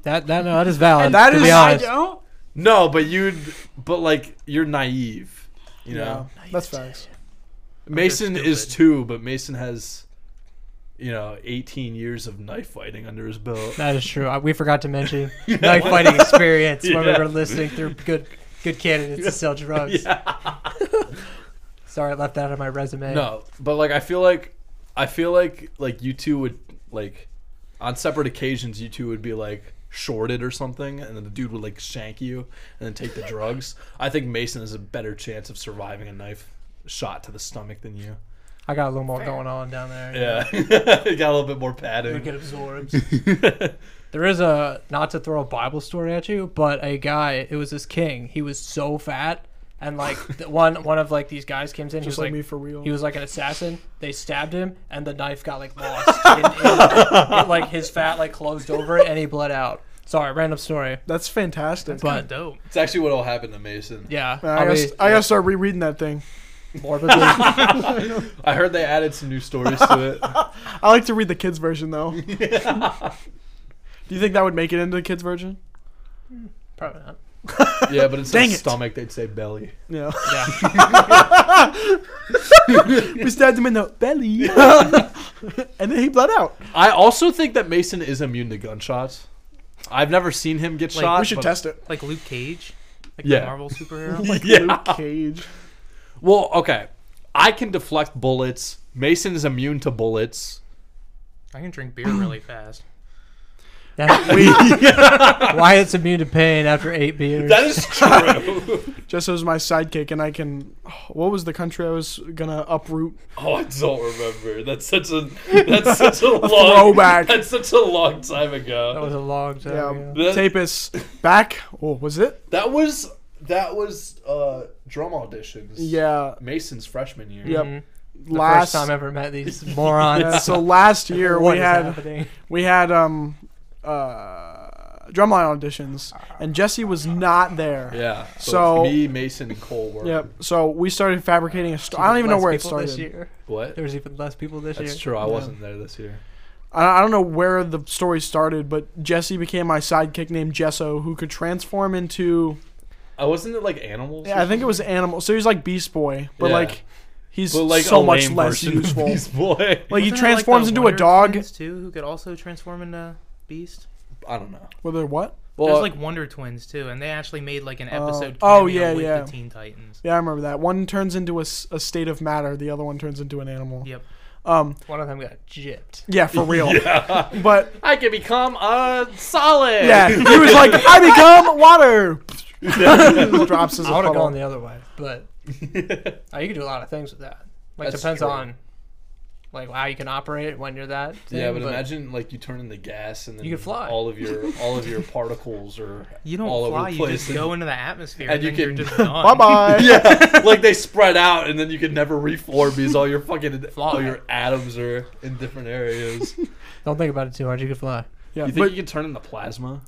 A: That that no, that is valid.
B: That
A: to
B: is-
A: be
E: I
A: honest.
E: don't.
C: No, but you'd, but like you're naive, you know.
B: That's facts.
C: Mason
D: They're
C: is
D: stupid.
C: two, but Mason has, you know, 18 years of knife fighting under his belt.
A: That is true. I- We forgot to mention knife fighting experience when we
C: Yeah.
A: were listening through good good candidates to sell drugs. Sorry, I left that on my resume.
C: No, but like I feel like, I feel like like you two would like, on separate occasions you two would be like shorted or something, and then the dude would like shank you and then take the drugs. I think Mason has a better chance of surviving a knife shot to the stomach than you.
A: I got a little more going on down there.
C: Yeah, got a little bit more
A: We
C: padding.
A: get absorbed. there is a not to throw a Bible story at you, but a guy. It was this king. He was so fat, and like the one one of like these guys came in. he was
B: Just like,
A: like
B: me for real.
A: He was like an assassin. They stabbed him, and the knife got like lost. in, in- in, like his fat like closed over it, and he bled out. Sorry, random story.
B: That's fantastic.
A: But
D: Kinda Uh, dope.
C: It's actually what all happened to Mason.
A: yeah,
B: I
A: I'll
B: gotta,
A: be
B: st- I gotta start rereading that thing.
A: morbidly.
C: I heard they added some new stories to it.
B: I like to read the kids version though. Do you think that would make it into the kids version?
A: Probably not.
C: Yeah, but instead
B: Dang
C: of
B: it.
C: stomach, they'd say belly.
B: Yeah.
A: Yeah,
B: we stabbed him in the belly, and then he bled out.
C: I also think that Mason is immune to gunshots. I've never seen him get
D: Like,
C: shot.
B: We should
C: but-
B: test it.
D: Like Luke Cage, like
C: Yeah.
D: the Marvel superhero.
C: yeah.
B: Luke Cage.
C: Well, okay. I can deflect bullets. Mason is immune to bullets.
D: I can drink beer really fast.
A: That's Wyatt's immune to pain after eight beers.
C: is true.
B: Just as my sidekick, and I can. What was the country I was gonna uproot?
C: oh, I don't remember. That's such a that's such a long
B: throwback.
C: That's such a long time
A: that
C: ago.
A: was a long time.
B: Yeah.
A: ago.
C: That-
B: Tapis back. Oh, was it?
C: That was that was uh, drum auditions.
B: Yeah.
C: Mason's freshman year.
B: Yep.
A: Mhm. The
B: Last.
A: first time I ever met these morons.
B: yeah, so last year
A: What
B: we
A: is
B: had
A: happening?
B: we had um uh drumline auditions, and Jesse was not there.
C: Yeah. So,
B: So-
C: it's me, Mason, and Cole were.
B: Yep. So we started fabricating a story. I don't even know
A: Less
B: where it
A: people This
B: started.
A: year.
C: What?
A: There was even less people this
C: That's
A: year.
C: true. I wasn't there this year.
B: I, I don't know where the story started, but Jesse became my sidekick named Jesso, who could transform into.
C: I wasn't it like animals.
B: Yeah, I think it was animal. So he's like Beast Boy, but
C: Yeah.
B: like he's
C: but like
B: so
C: a
B: much
C: lame
B: less
C: version of
B: useful.
C: Beast Boy.
B: Like he
D: Wasn't there,
B: transforms
D: the
B: into a
D: Wonder
B: dog.
D: Twins, too, who could also transform into Beast.
C: I don't know.
B: Whether what?
C: Well, uh,
D: There's like Wonder Twins too, and they actually made like an
B: Oh.
D: episode.
B: Oh,
D: cameo
B: yeah,
D: with
B: yeah.
D: The Teen Titans.
B: Yeah, I remember that. One turns into a, s- a state of matter. The other one turns into an animal.
D: Yep.
B: Um.
A: One of them got gypped.
B: Yeah, for real. But
C: I could become a solid.
B: yeah, he was like, I become water. Drops his
A: I would have
B: puddle.
A: gone the other way, but uh, you can do a lot of things with that. Like
C: That's
A: depends
C: true.
A: on like how you can operate when you're that. Thing,
C: Yeah, but, imagine like you turn in the gas and then
A: You could fly.
C: all of your all of your particles are
D: You don't
C: all over
D: fly;
C: the
D: you
C: place.
D: just
C: and-
D: go into the atmosphere,
C: and
D: and,
C: you
D: then
C: can-
D: you're just gone.
B: Bye bye.
C: yeah, like they spread out and then you can never reform because all your fucking all your atoms are in different areas. you
A: don't think about it too hard. You could fly.
B: Yeah,
C: think
B: but
C: you can turn into plasma?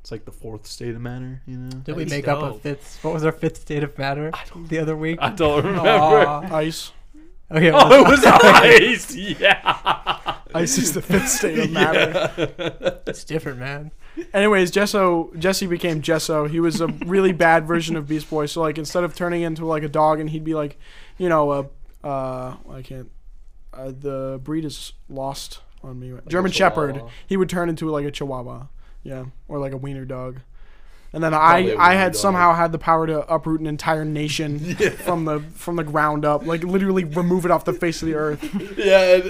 C: It's like the fourth state of matter, you know.
A: Did we
D: That'd be
A: make up a
D: dope.
A: fifth? What was our fifth state of matter the other week?
C: I don't remember.
A: Aw.
B: ice.
A: okay, it
C: Oh,
A: was-
C: it was ice. Yeah.
B: Ice is the fifth state of matter.
A: it's different, man.
B: Anyways, Jesso Jesse became Jesso. He was a really bad version of Beast Boy. So like instead of turning into like a dog and he'd be like, you know, a uh, I can't. Uh, the breed is lost on me. German Shepherd.
C: Chihuahua.
B: He would turn into like a Chihuahua, yeah, or like a wiener dog. And then
C: Probably
B: I
C: a
B: I
C: wiener
B: had
C: dog.
B: somehow had the power to uproot an entire nation from the from the ground up, like literally remove it off the face of the earth.
C: Yeah, and,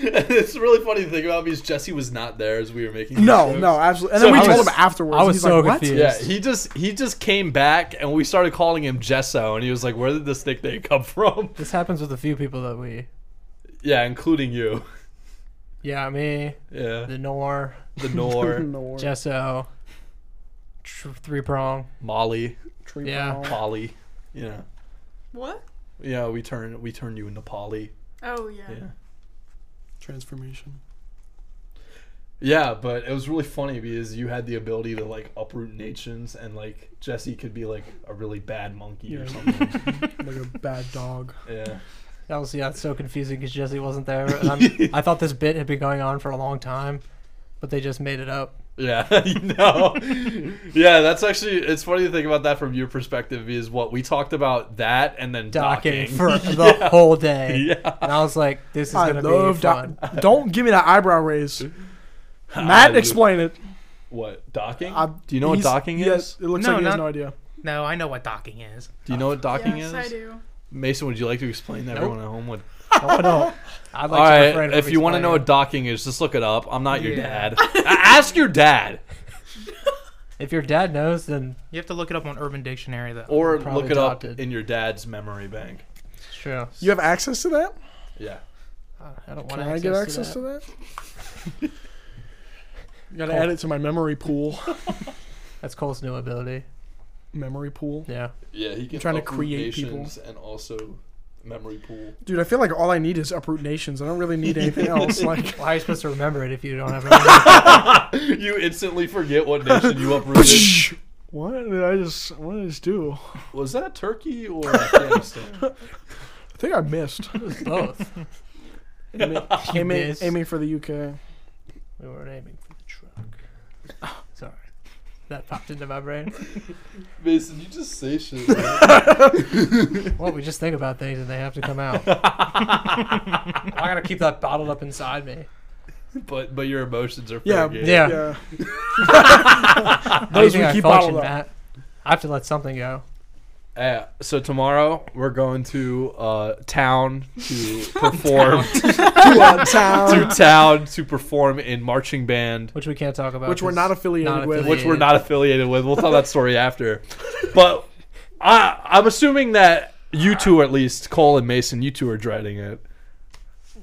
C: and it's a really funny thing about me is Jesse was not there as we were making. these
B: No,
C: jokes.
B: no, absolutely. And
C: So
B: then we
C: I
B: told
C: was-
B: him afterwards.
A: I
B: and
A: was
B: he's
A: so
B: like, what?
A: confused.
C: Yeah, he just he just came back and we started calling him Jesso, and he was like, "Where did this nickname come from?"
A: This happens with a few people that we.
C: Yeah, including you.
A: Yeah, me,
C: Yeah,
A: the Nor,
C: the Nor,
B: Nor-
A: Jesso, tr- three prong.
C: Molly,
B: tree
A: Yeah.
B: prong.
C: Polly. You know,
E: What?
C: yeah, we turn we turn you into Polly.
E: Oh yeah.
C: Yeah.
B: transformation.
C: Yeah, but it was really funny because you had the ability to like uproot nations, and like Jesse could be like a really bad monkey or
B: Yeah.
C: something.
B: like a bad dog.
C: yeah.
A: That was yeah, it's so confusing because Jesse wasn't there. And I'm, I thought this bit had been going on for a long time, but they just made it up.
C: Yeah, no. yeah, that's actually it's funny to think about that from your perspective is what we talked about that and then
A: Docking
C: docking,
A: for the whole day.
C: Yeah.
A: And I was like, this is
B: I
A: going to be
B: love
A: fun.
B: doc- Don't give me that eyebrow raise. Matt,
C: I-
B: explain it.
C: what docking.
B: I-
C: Do you know what
B: he's-
C: docking
B: yeah,
C: is?
B: It looks
D: No,
B: like he has
D: not-
B: no idea.
D: No, I know what docking is.
C: Do you know what docking
E: yes,
C: is?
E: I do.
C: Mason, would you like to explain to
A: Nope.
C: everyone at home what?
A: No, I don't. I'd like
C: All
A: to
C: right,
A: refrain from
C: if you want to know
A: explaining.
C: what docking is, just look it up. I'm not your
D: Yeah.
C: dad. A- Ask your dad,
A: If your dad knows, then
D: You have to look it up on Urban Dictionary though.
C: or
A: Probably
C: look it up
A: adopted.
C: in your dad's memory bank.
A: sure.
B: You have access to that?
C: Yeah.
A: I don't
B: Can
A: want
B: I get access to that? Gotta
A: Cool.
B: add it to my memory pool.
A: That's Cole's new ability.
B: memory pool.
A: Yeah.
C: Yeah, he can
B: trying to create people.
C: applications and also memory pool.
B: Dude, I feel like all I need is uproot nations. I don't really need anything else. Like,
A: Well, how are you supposed to remember it if you don't have it?
C: you instantly forget what nation you uprooted.
B: what did I just? What did I just do?
C: Was that Turkey or Afghanistan?
B: I think I missed.
A: Both.
B: Aiming, aiming,
A: missed.
B: aiming for the UK.
A: We weren't aiming for the truck. Sorry. That popped into my brain.
C: Mason, you just say shit.
A: Well, we just think about things and they have to come out. I gotta keep that bottled up inside me.
C: but but your emotions are
B: Yeah,
C: fair game.
A: Yeah.
B: yeah.
A: How do you
B: Those we
A: think I function,
B: keep bottled up.
A: Matt? I have to let something go.
C: Uh, so tomorrow we're going to uh, town to perform to, town. to town to perform in marching band,
A: Which we can't talk about.
B: Which we're
A: 'cause
B: not affiliated
A: not
B: with.
A: affiliated.
C: which we're not affiliated with. We'll tell that story after. But I I'm assuming that you two at least, Cole and Mason, you two are dreading it.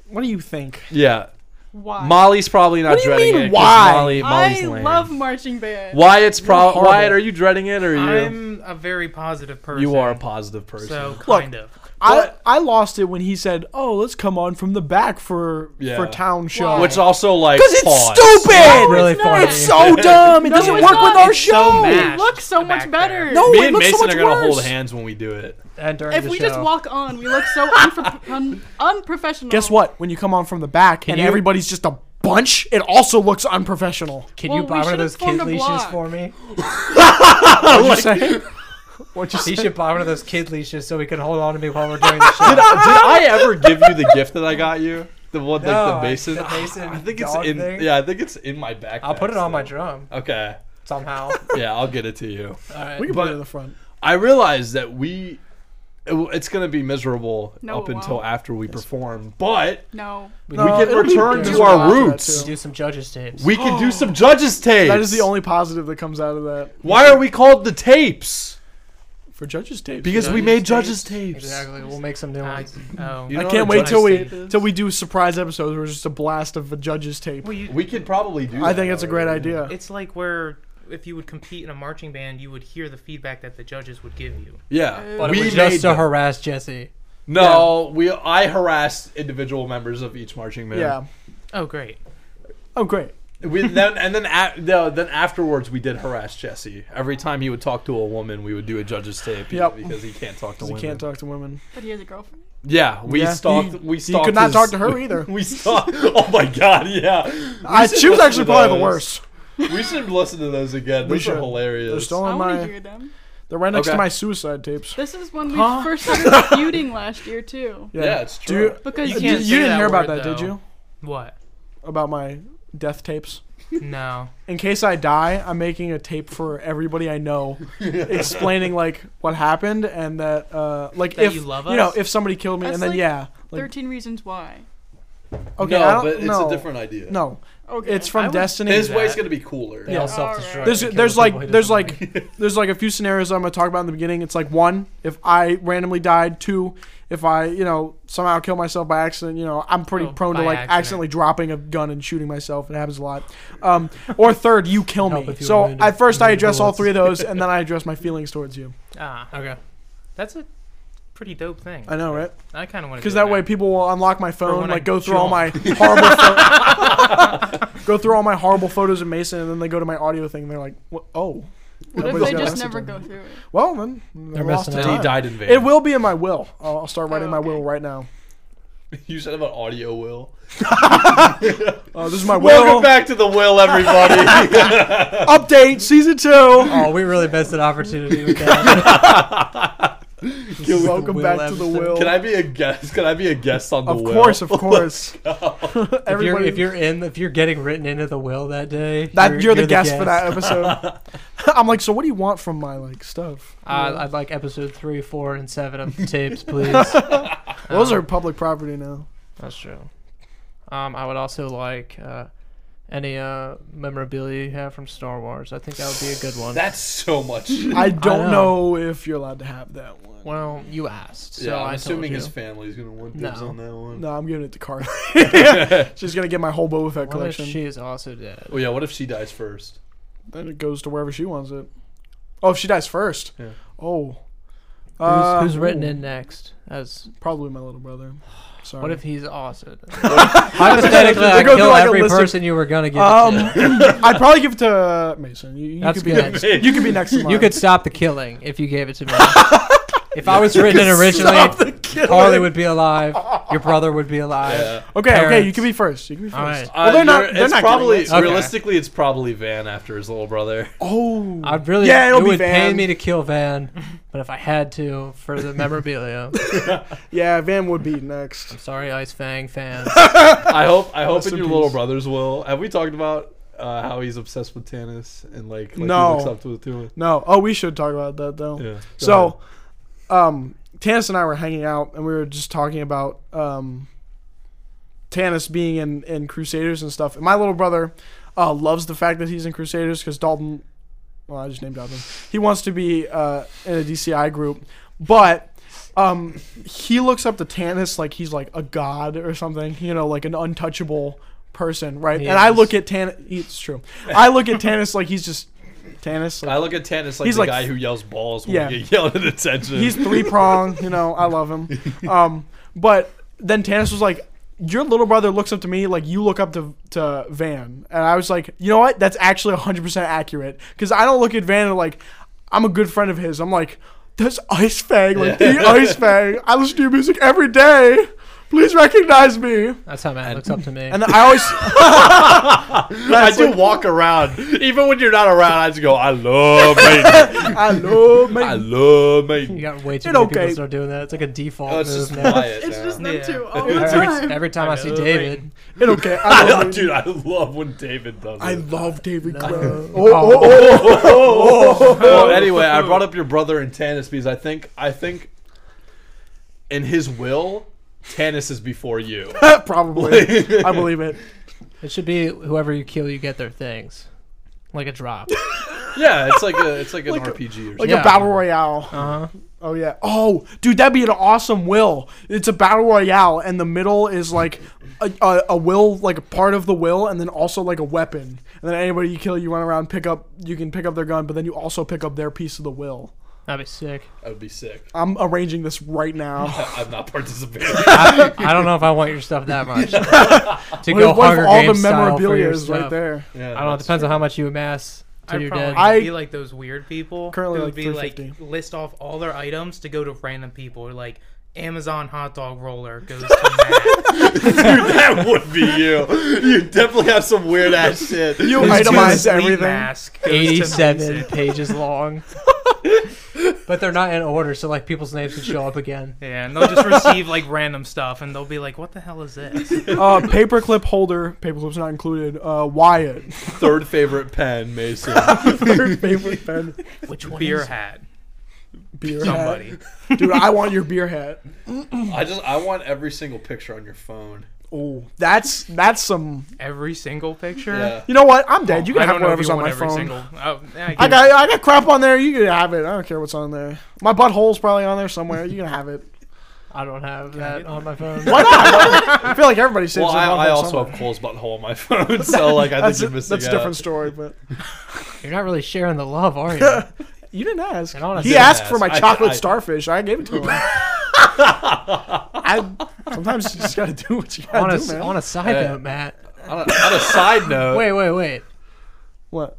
B: What do you think?
C: Yeah.
E: Why?
C: Molly's probably not
B: do you
C: dreading
B: mean,
C: it. 'cause
B: why?
C: Molly, Molly's
E: I
C: lame.
E: love marching band.
C: Wyatt's probably.
A: horrible.
C: Wyatt, are you dreading it or are you?
D: I'm a very positive person.
C: You are a positive person.
D: So
B: Look,
D: kind of.
B: I, I lost it when he said, "Oh, let's come on from the back for
C: Yeah.
B: for town show."
E: Why?
C: Which also like
B: Because it's
C: pause.
B: stupid.
A: really
E: it's
A: funny.
E: not.
B: It's so dumb. It
E: No,
B: doesn't
E: it's
B: work
E: not.
B: with our
E: It's
B: show.
D: so
E: It
D: mashed
E: looks so
D: back
E: much better.
D: there.
B: No,
C: Me
B: it
C: and
B: looks
C: Mason
B: so much
C: are gonna
B: worse.
C: hold hands when we do it.
A: And during
E: If
A: the
E: we
A: show,
E: just walk on, we look so unpro- un- unprofessional.
B: Guess what? When you come on from the back and
A: you-
B: everybody's just a bunch, it also looks unprofessional.
A: can
E: Well,
A: you
E: we
A: buy one of
E: should've
A: those
E: formed
A: kid
E: a
A: leashes
E: block.
A: for me?
B: What'd you say? What'd you
A: He
B: say?
A: should buy one of those kid leashes so we can hold on to me while we're doing the show.
C: Did, I ever give you the gift that I got you? The one
A: No,
C: like the
A: I-
C: Mason.
A: the Mason
C: I think it's
A: dog
C: in.
A: thing?
C: Yeah, I think it's in my backpack.
A: I'll put it on my
C: still.
A: drum
C: Okay.
A: somehow.
C: Yeah, I'll get it to you.
A: All right.
B: We can put it in the front.
C: I realize that we. it w- It's gonna be miserable
E: No,
C: up
E: it
C: until
E: won't.
C: after we perform, but
E: No.
B: No,
C: we can
B: it'll be
C: return to
B: miserable
C: our
B: after that,
C: roots.
B: too.
A: do some judges tapes.
C: We can do some judges tapes.
B: That is the only positive that comes out of that.
C: Why are we called the tapes?
B: For judges' tapes.
C: Because we made judges tapes.
A: Exactly. We'll make some new
D: I,
A: ones.
D: oh.
C: You
B: I
C: know
B: can't
C: what a
B: wait till we
C: judge's tape is?
B: till we do surprise episodes where it's just a blast of a judge's tape.
D: Well, you,
C: We could probably do.
B: I
C: that
B: think it's a great
C: already.
B: idea.
D: it's like where if you would compete in a marching band, you would hear the feedback that the judges would give you.
C: Yeah,
A: But
C: we
A: it was
C: made
A: just to
C: them.
A: harass Jesse.
C: No, we. I harassed individual members of each marching band.
B: yeah.
D: Oh, great.
B: Oh, great.
C: We then and then a, no, then afterwards we did harass Jesse. Every time he would talk to a woman, we would do a judge's tape.
B: Yep.
C: Because he can't talk to
B: 'Cause you
C: women.
B: can't talk to women.
E: But he has a girlfriend.
C: Yeah, we
B: Yeah.
C: stalked.
B: You-
C: we
B: You
C: stalked.
B: could not
C: his-
B: talk to her either.
C: We stalked. Oh my god! Yeah,
B: I,
C: should
B: she was
C: listen
B: actually
C: to
B: probably the
C: those.
B: worst.
C: we should listen to those again.
B: We
C: Those are
B: should.
C: hilarious.
B: They're still
E: I
B: on
E: want to
B: Oh my.
E: hear them.
B: They're right next
C: Okay.
B: to my suicide tapes.
E: This is when we first started feuding last year too.
C: yeah. it's
B: Do
C: true.
B: you, uh,
E: Because
D: You
B: you,
D: can't
B: you
D: say
B: didn't
D: that
B: hear about
D: word,
B: that, did you?
D: though. What?
B: About my death tapes.
D: No.
B: In case I die, I'm making a tape for everybody I know, explaining like what happened and that uh like
D: That
B: if
D: you love
B: know
D: us?
B: if somebody killed me
E: That's
B: and then
E: like
B: yeah, like
E: Thirteen reasons why.
B: okay,
C: no,
B: I don't,
C: but it's
B: no,
C: a different idea.
B: No,
E: Okay.
B: it's from
D: I would-
B: Destiny.
C: his
D: that.
C: way's gonna be cooler.
A: They all
B: Yeah.
A: self-destruct.
B: there's
A: and kill
B: there's
A: the people
B: like
A: who
B: there's
A: doesn't
B: like there's like a few scenarios I'm gonna talk about in the beginning. It's like one, if I randomly died. Two, if I you know somehow kill myself by accident. You know I'm pretty
D: Oh,
B: prone to
D: by
B: like
D: accident.
B: accidentally dropping a gun and shooting myself. It happens a lot. Um, or third, you kill
A: Help
B: me.
A: if you
B: So
A: wounded-
B: at first I
A: wounded
B: address all
A: bullets.
B: three of those, and then I address my feelings towards you.
D: Ah,
A: Okay.
D: that's a pretty dope thing.
B: I know, right?
D: I kind of want to
B: Because that way people will unlock my phone,
D: when
B: like
D: I
B: go through all my
D: jump.
B: horrible, pho- go through all my horrible photos of Mason, and then they go to my audio thing. And they're like, what? oh,
E: What if
B: Everybody's
E: they
B: got
E: just
B: acid
E: never
B: on
E: go
B: them.
E: through it?
B: Well, then
A: They're
B: they're lost
A: messing
B: to
A: it up.
C: He
B: time.
C: died in vain.
B: It will be in my will. I'll I'll start writing
E: Oh,
B: my will
E: okay.
B: right now.
C: You said about audio will.
B: Oh, this is my
C: Welcome
B: will.
C: back to the will, everybody.
B: Update season two.
A: Oh, we really missed an opportunity with that.
B: Welcome
A: Will
B: back to the
A: Emerson.
B: will.
C: Can I be a guest? Can I be a guest on the
B: of
C: will?
B: course, of course.
A: if you're
B: Everybody,
A: if you're in if you're getting written into the will that day,
B: that you're, the, guest, for that episode. I'm like, so what do you want from my like stuff?
A: Uh, I'd like episode three, four, and seven of the tapes, please. Uh, Um,
B: Those are public property now.
A: That's true. Um, I would also like uh, any uh, memorabilia you have from Star Wars. I think that would be a good one.
C: That's so much. shit.
B: I don't know.
A: know.
B: if you're allowed to have that one.
A: well, you asked, so
C: yeah,
A: I
C: I'm
A: told
C: assuming
A: you.
C: his family's gonna want dibs
A: No.
C: on that one.
B: No, I'm giving it to Carly. She's gonna get my whole Boba Fett
A: What if
B: collection.
A: she is also dead?
C: Oh yeah, what if she dies first?
B: Then it goes to wherever she wants it. Oh, if she dies first.
C: Yeah.
B: Oh. Uh,
A: Who's, who's written
B: ooh,
A: in next? As
B: Probably my little brother. Sorry.
A: what if he's also? dead? Hypothetically,
B: They
A: I
B: go through,
A: kill
B: like, a
A: every
B: list of-
A: person you were gonna give. it
B: Um,
A: to.
B: I'd probably give it to Mason. You, you
A: That's
B: could be
A: good.
B: next. You could be next. In line.
A: You could stop the killing if you gave it to me. if I was written in originally, Harley would be alive. Your brother would be alive.
C: Yeah. Uh,
B: Okay, okay. You
A: parents.
B: could be first. You could be first.
A: All right.
B: Well, they're not-
C: you're-
B: they're
C: it's
B: not getting
C: probably
B: it, so-
A: Okay.
C: realistically, it's probably Van after his little brother.
B: Oh.
A: I'd really.
B: Yeah, it'll
A: it
B: be
A: would
B: Van.
A: pain me to kill Van, but if I had to for the memorabilia,
B: Yeah, Van would be next.
A: I'm sorry, Ice Fang fans.
C: I hope. I hope
B: Rest
C: in
B: in
C: your little
B: peace.
C: brothers will. Have we talked about uh, how he's obsessed with Tannis and like, like
B: No.
C: he looks up to, to him?
B: No. Oh, we should talk about that though.
C: Yeah.
B: So, um, Tannis and I were hanging out, and we were just talking about um, Tannis being in, in Crusaders and stuff. And my little brother uh, loves the fact that he's in Crusaders because Dalton, well, I just named Dalton. He wants to be uh, in a DCI group, but um, he looks up to Tannis like he's like a god or something, you know, like an untouchable person, right?
A: He
B: and I
A: is.
B: look at Tannis. It's true. I look at Tannis like he's just Tannis.
C: I look at Tannis like
B: He's
C: the
B: like-
C: guy who yells balls when
B: Yeah.
C: you get yelled at attention.
B: He's three prong, you know, I love him. Um, but then Tannis was like, Your little brother looks up to me like you look up to, to Van. And I was like, You know what? That's actually 100% accurate. Because I don't look at Van and like, I'm a good friend of his. I'm like, That's Ice Fang, like the Ice Fang. I listen to your music every day. Please recognize me.
A: That's how Matt looks up to me.
B: And I always,
C: I do walk around, even when you're not around. I just go, I love Maiden.
B: I love my.
C: I love
A: you
C: Maiden.
A: got way too
B: Dude,
A: many
B: okay.
A: people that start doing that. It's like a default
C: Oh, it's
A: move
C: just
A: now.
C: quiet.
E: It's
C: now.
E: just them
D: Yeah.
E: two all the
A: Every,
E: time.
A: every time I, see
D: know.
A: David,
B: It okay. I
C: I,
B: love,
C: dude, I love when David does it.
B: I love David Crow.
A: oh, oh,
B: oh,
C: well, anyway, I brought up your brother and Tannis because I think I think in his will, Tannis is before you.
B: oh, Probably. I believe it.
A: it should be whoever you kill, you get their things, like a drop.
C: Yeah, it's like a it's like an
B: Like a-
C: RPG or
B: Like
C: something.
A: Yeah.
B: a battle royale.
A: Uh huh.
B: Oh yeah. Oh, dude, that'd be an awesome will. It's a battle royale, and the middle is like a, a, a will, like a part of the will, and then also like a weapon. And then anybody you kill, you run around, pick up. You can pick up their gun, but then you also pick up their piece of the will.
A: That'd be sick.
C: That would be sick.
B: I'm arranging this right now.
C: I- I'm not participating.
A: I, I don't know if I want your stuff that much. to
B: What
A: go
B: if- what if
A: Hunger
B: all
A: Games
B: the
A: style for
B: memorabilia
A: your
B: is right
A: stuff?
B: there.
C: Yeah,
A: I don't know. It
C: that's-
A: depends on how much you amass till
D: I'd
A: you're
D: probably
A: dead.
B: I-
D: be like those weird people
B: Currently,
D: who
B: like,
D: would be like
B: 350.
D: list off all their items to go to random people, like Amazon hot dog roller goes to Matt.
C: Dude, that would be you. You definitely have some weird ass shit.
B: You
A: It's
B: itemize
A: just
D: Sleep
B: everything.
D: mask goes to
A: 87
D: Mason.
A: pages long. but they're not in order, so like people's names could show up again.
D: Yeah, and they'll just receive like random stuff, and they'll be like, "What the hell is this?"
B: Uh, paperclip holder. Paperclip's not included. Uh, Wyatt.
C: Third favorite pen, Mason.
B: Third favorite pen.
A: Which one?
D: Beer hat,
B: Beer hat.
D: somebody.
B: Dude, I want your beer hat.
C: I just I want every single picture on your phone.
B: Oh, that's that's some.
D: Every single picture.
C: Yeah.
B: You know what? I'm dead. You can
D: Oh, I
B: have
D: don't know
B: whatever's
D: if you
B: on
D: want
B: my
D: every
B: phone.
D: single. Oh, yeah, I
B: I
D: get it.
B: got I got crap on there. You can have it. I don't care what's on there. My butthole's probably on there somewhere. You can have it.
A: I don't have that on my phone.
B: Why not? I feel like everybody saves
C: Well,
B: their
C: I,
B: butthole
C: I also
B: somewhere.
C: have Cole's butthole on my phone, so like I think
B: that's
C: you're
B: a,
C: missing
B: that's a
C: out.
B: different story. But
A: You're not really sharing the love, are you?
B: you didn't ask.
A: And honestly,
B: He
A: I
B: asked for
C: asked.
B: my
C: I-
B: chocolate
C: I-
B: starfish. I gave it to him. I sometimes you just gotta do what you
A: on,
B: gotta
A: a,
B: do, man. Uh,
A: on a side
C: Yeah.
A: note, Matt.
C: On a, on a side note,
A: Wait, wait, wait.
B: what?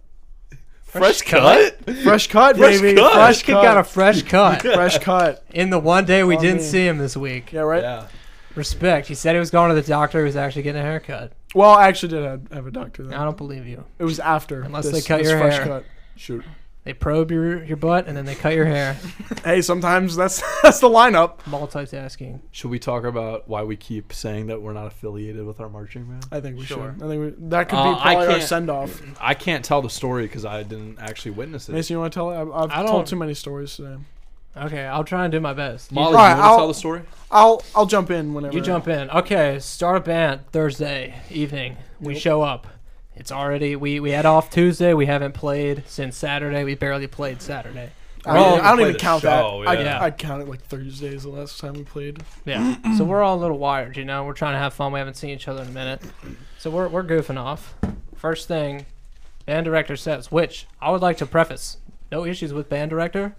C: fresh cut?
B: Fresh cut,
C: Fresh
B: baby.
C: cut.
B: Fresh
A: Kid got a
B: cut.
A: fresh cut
B: Fresh cut.
A: in the one day we
B: uh, On
A: didn't
B: me.
A: see him this week.
B: Yeah, right.
C: Yeah.
A: Respect. He said he was going to the doctor. He was actually getting a haircut.
B: Well, I actually did have, have a doctor. Then.
A: I don't believe you.
B: It was after.
A: Unless
B: this-
A: they cut
B: this
A: your
B: fresh
A: hair.
C: Shoot.
A: They probe your your butt and then they cut your hair.
B: cut. Hey, sometimes that's that's the lineup.
A: Multitasking.
C: Should we talk about why we keep saying that we're not affiliated with our marching band?
B: I think we
D: Sure.
B: should. I think we, that could
C: Uh,
B: be
C: I
B: probably our
C: can't-
B: send off.
C: I can't tell the story because I didn't actually witness it.
B: Mason, you want to tell it? I've,
A: I
B: I've
A: don't-
B: told too many stories today.
A: Okay, I'll try and do my best.
C: Molly,
B: Alright,
C: you want to
B: I'll-
C: tell the story?
B: I'll I'll jump in whenever.
A: You jump in. Okay, start a band Thursday evening. We show up. It's already we we had off Tuesday. We haven't played since Saturday. We barely played Saturday.
B: I don't,
C: Well,
B: even- I don't
C: play
B: even
C: the
B: count
C: show,
B: that. I,
A: yeah.
B: I count it like Thursdays the last time we played.
A: Yeah. so we're all a little wired, you know. We're trying to have fun. We haven't seen each other in a minute. So we're we're goofing off. First thing, band director says, which I would like to preface. No issues with band director.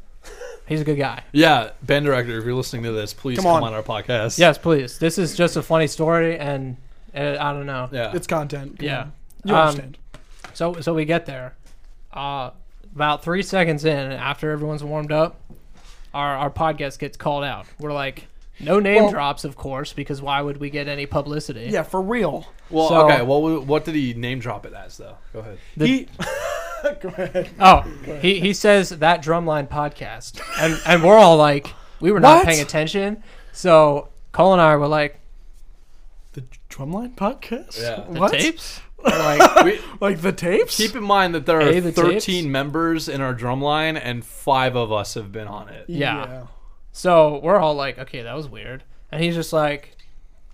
A: He's a good guy.
C: Yeah, band director, if you're listening to this, please
B: Come
C: come,
B: on.
C: on. our podcast.
A: Yes, please. This is just a funny story, and uh, I don't know.
C: Yeah.
B: It's content. Come
A: Yeah.
B: on. You
A: Um,
B: understand.
A: So so we get there. Uh, about three seconds in, after everyone's warmed up, our our podcast gets called out. We're like, no name
B: Well-
A: drops, of course, because why would we get any publicity?
B: Yeah, for real.
C: well,
A: so-
C: okay. Well, what- what did he name drop it as, though? Go ahead.
A: The-
B: he, go ahead.
A: Oh, he, he says that drumline podcast, and and we're all like, we were not
B: What?
A: paying attention. So Cole and I were like,
B: The Drumline podcast.
C: Yeah.
A: the
B: What?
A: tapes. We're like,
C: We,
B: Like the tapes?
C: keep in mind that there are
A: A, the
C: 13
A: tapes?
C: members in our drum line, and five of us have been on it.
A: yeah. So we're all like, okay, that was weird. And he's just like,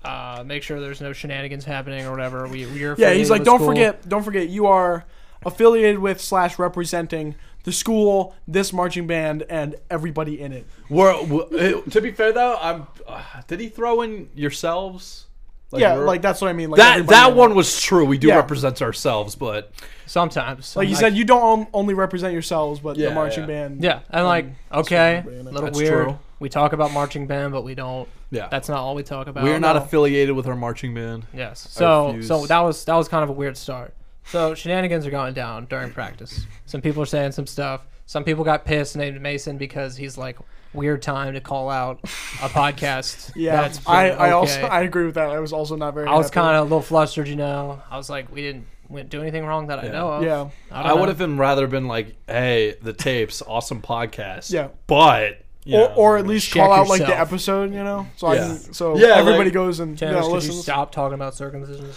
A: uh, make sure there's no shenanigans happening or whatever. We we're
B: Yeah,
A: affiliated
B: he's like,
A: with
B: don't
A: school."
B: forget, don't forget, you are affiliated with slash representing the school, this marching band, and everybody in it.
C: We're, we- to be fair, though, I'm. Uh, did he throw in yourselves? Like,
B: yeah,
C: we're-
B: like that's what I mean. Like
C: that.
B: everybody in
C: That
B: it.
C: one was true. We do
B: Yeah.
C: represent ourselves, but
A: Sometimes,
B: Like you
A: I'm
B: said, you don't on- only represent yourselves, but
C: Yeah,
B: the marching
C: yeah.
B: band.
A: yeah. And like, okay,
B: everybody
A: a
B: in it.
A: little
C: That's
A: weird.
C: true.
A: We talk about marching band, but we don't.
C: yeah,
A: That's not all we talk about.
C: we're not
A: No.
C: affiliated with our marching band.
A: Yes. So
C: refuse.
A: so that was that was kind of a weird start. So shenanigans are going down during practice. Some people are saying some stuff. Some people got pissed named Mason because he's like weird time to call out a podcast.
B: Yeah,
A: that's
B: I,
A: been
B: I also
A: okay."
B: I agree with that. I was also not very.
A: I was
B: happy.
A: kind of a little flustered, you know. I was like, we didn't we didn't do anything wrong that I
C: Yeah.
A: know of.
B: Yeah,
A: I,
C: I,
A: don't know.
C: would have been rather been like, "Hey, the tapes, awesome podcast."
B: Yeah.
C: but you
B: or,
C: know,
B: or at least
A: check
B: call out like the
A: yourself.
B: episode, you know. So
C: Yeah.
B: I can, so
C: Yeah,
B: everybody
C: like-
B: goes and you
A: Janice,
B: know,
A: could you
B: listens.
A: stop talking about circumcision?